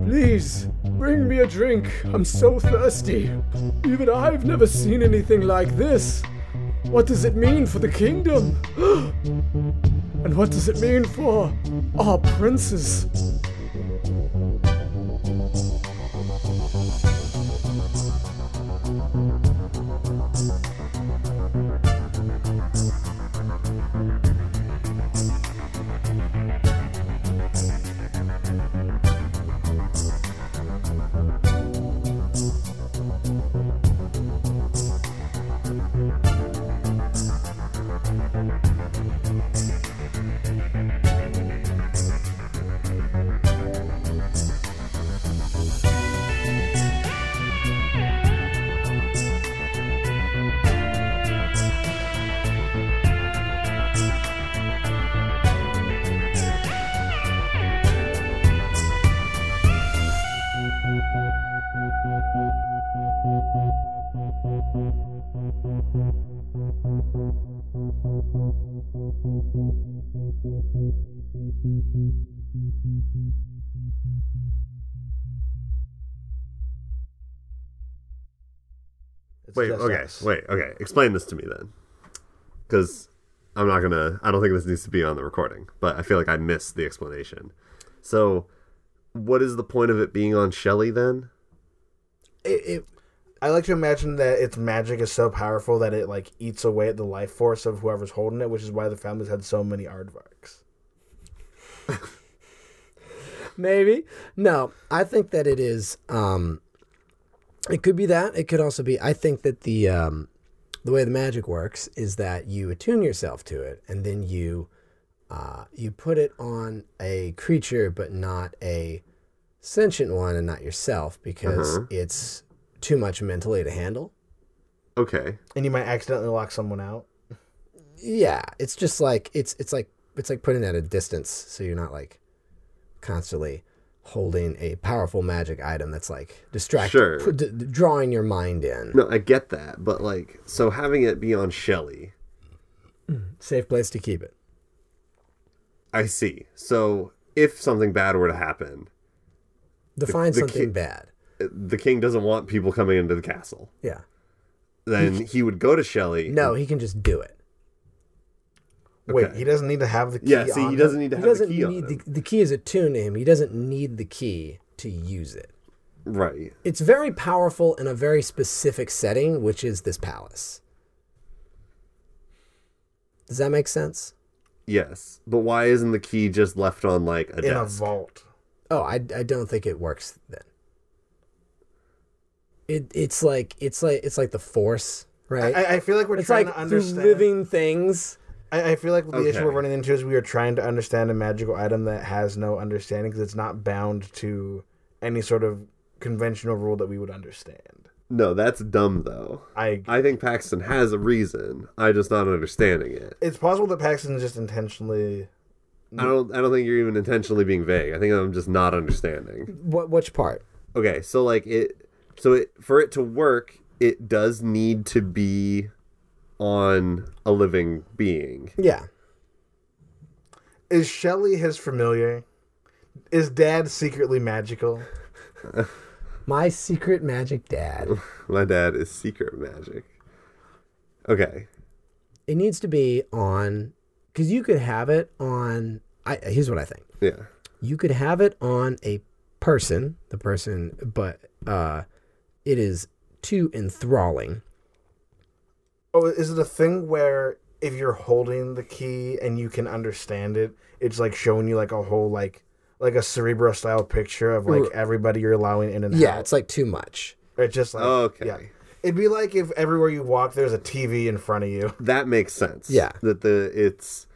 Speaker 2: Please, bring me a drink. I'm so thirsty. Even I've never seen anything like this. What does it mean for the kingdom? (gasps) And what does it mean for our princes?
Speaker 4: It's
Speaker 3: Wait,
Speaker 4: just
Speaker 3: okay,
Speaker 4: us.
Speaker 3: wait, okay. Explain this to me then, because I'm not gonna. I don't think this needs to be on the recording, but I feel like I missed the explanation. So, what is the point of it being on Shelly then?
Speaker 2: It, it,
Speaker 4: I like to imagine that its magic is so powerful that it like eats away at the life force of whoever's holding it, which is why the family's had so many aardvarks.
Speaker 2: maybe. No, I think that it is. Um, it could be that. It could also be. I think that the um, the way the magic works is that you attune yourself to it, and then you uh, you put it on a creature, but not a sentient one, and not yourself, because
Speaker 3: Uh-huh.
Speaker 2: it's too much mentally to handle.
Speaker 3: Okay,
Speaker 4: And you might accidentally lock someone out.
Speaker 2: yeah it's just like it's it's like it's like putting at a distance so you're not like constantly holding a powerful magic item that's like distracting
Speaker 3: Sure.
Speaker 2: d- d- drawing your mind in
Speaker 3: no, I get that, but like, so having it be on Shelly,
Speaker 2: safe place to keep it
Speaker 3: I see. So, if something bad were to happen,
Speaker 2: define
Speaker 3: the
Speaker 2: something
Speaker 3: ki-
Speaker 2: bad
Speaker 3: uh, the king doesn't want people coming into the castle.
Speaker 2: yeah
Speaker 3: Then he would go to Shelly.
Speaker 2: no he can just do it
Speaker 4: Wait,
Speaker 3: Okay.
Speaker 4: he doesn't need to have the key.
Speaker 3: Yeah, see,
Speaker 4: on
Speaker 3: he
Speaker 4: him?
Speaker 3: doesn't need to
Speaker 2: he
Speaker 3: have
Speaker 2: doesn't
Speaker 3: the key
Speaker 2: need
Speaker 3: on him.
Speaker 2: the, the key is attuned to him he doesn't need the key to use it
Speaker 3: Right.
Speaker 2: it's very powerful in a very specific setting which is this palace does that make sense
Speaker 3: Yes. But why isn't the key just left on like a
Speaker 4: in a
Speaker 3: desk?
Speaker 4: vault.
Speaker 2: Oh, I, I don't think it works then. It it's like it's like it's like the force, right?
Speaker 4: I, I feel like we're
Speaker 2: it's
Speaker 4: trying
Speaker 2: like
Speaker 4: to
Speaker 2: through
Speaker 4: understand.
Speaker 2: living things.
Speaker 4: I, I feel like the issue we're
Speaker 3: Okay.
Speaker 4: running into is we are trying to understand a magical item that has no understanding because it's not bound to any sort of conventional rule that we would understand.
Speaker 3: No, that's dumb though.
Speaker 4: I.
Speaker 3: I think Paxton has a reason. I just not understanding it.
Speaker 4: It's possible that Paxton just intentionally.
Speaker 3: I don't I don't think you're even intentionally being vague. I think I'm just not understanding.
Speaker 2: What which part?
Speaker 3: Okay, so like it so it for it to work, it does need to be on a living being.
Speaker 2: Yeah.
Speaker 4: Is Shelly his familiar? Is Dad secretly magical?
Speaker 2: My secret magic dad.
Speaker 3: My dad is secret magic. Okay.
Speaker 2: It needs to be on cuz you could have it on I here's what I think.
Speaker 3: Yeah.
Speaker 2: You could have it on a person, the person but uh it is too enthralling.
Speaker 4: Oh, is it a thing where if you're holding the key and you can understand it, it's like showing you like a whole like like a cerebro style picture of like
Speaker 2: Ooh.
Speaker 4: everybody you're allowing in and
Speaker 2: Yeah,
Speaker 4: out.
Speaker 2: it's like too much.
Speaker 4: It's just like
Speaker 3: Okay.
Speaker 4: yeah. It'd be like if everywhere you walk there's a TV in front of you. (laughs)
Speaker 3: that makes sense.
Speaker 2: Yeah.
Speaker 3: That the it's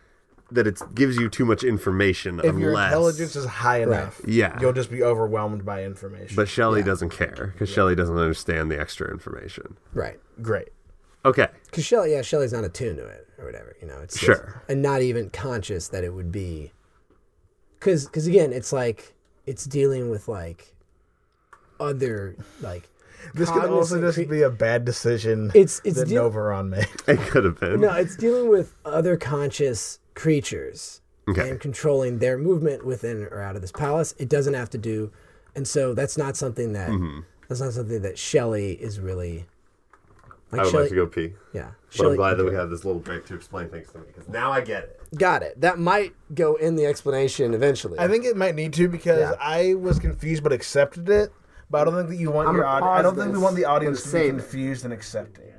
Speaker 3: that it gives you too much information
Speaker 4: If
Speaker 3: unless
Speaker 4: your intelligence is high enough,
Speaker 3: Yeah.
Speaker 4: you'll just be overwhelmed by information.
Speaker 3: but Shelly doesn't care because Shelly doesn't understand the extra information.
Speaker 2: Right.
Speaker 4: great.
Speaker 3: Okay.
Speaker 2: Because Shelly, yeah, Shelly's not attuned to it or whatever, you know. It's just-
Speaker 3: Sure.
Speaker 2: and not even conscious that it would be. Because, because again, it's like it's dealing with like other like.
Speaker 4: This could also
Speaker 2: cognizant
Speaker 4: just
Speaker 2: crea-
Speaker 4: be a bad decision
Speaker 2: It's- it's
Speaker 4: that
Speaker 2: deal-
Speaker 4: Novaron made.
Speaker 3: It could have been.
Speaker 2: no, it's dealing with other conscious creatures
Speaker 3: Okay.
Speaker 2: and controlling their movement within or out of this palace. It doesn't have to do, and so that's not something that
Speaker 3: Mm-hmm.
Speaker 2: that's not something that Shelly is really. Like
Speaker 3: I would
Speaker 2: Shelley-
Speaker 3: like to go pee.
Speaker 2: Yeah,
Speaker 3: But I'm
Speaker 2: Shelley-
Speaker 3: glad that we have this little break to explain things to me because now I get it.
Speaker 2: Got it. That might go in the explanation eventually.
Speaker 4: I think it might need to because
Speaker 2: Yeah.
Speaker 4: I was confused but accepted it. But I don't think that you want
Speaker 2: I'm
Speaker 4: your
Speaker 2: gonna
Speaker 4: aud-
Speaker 2: pause
Speaker 4: I don't think we
Speaker 2: this
Speaker 4: want the
Speaker 2: and
Speaker 4: audience to be
Speaker 2: save it.
Speaker 4: confused and accepting.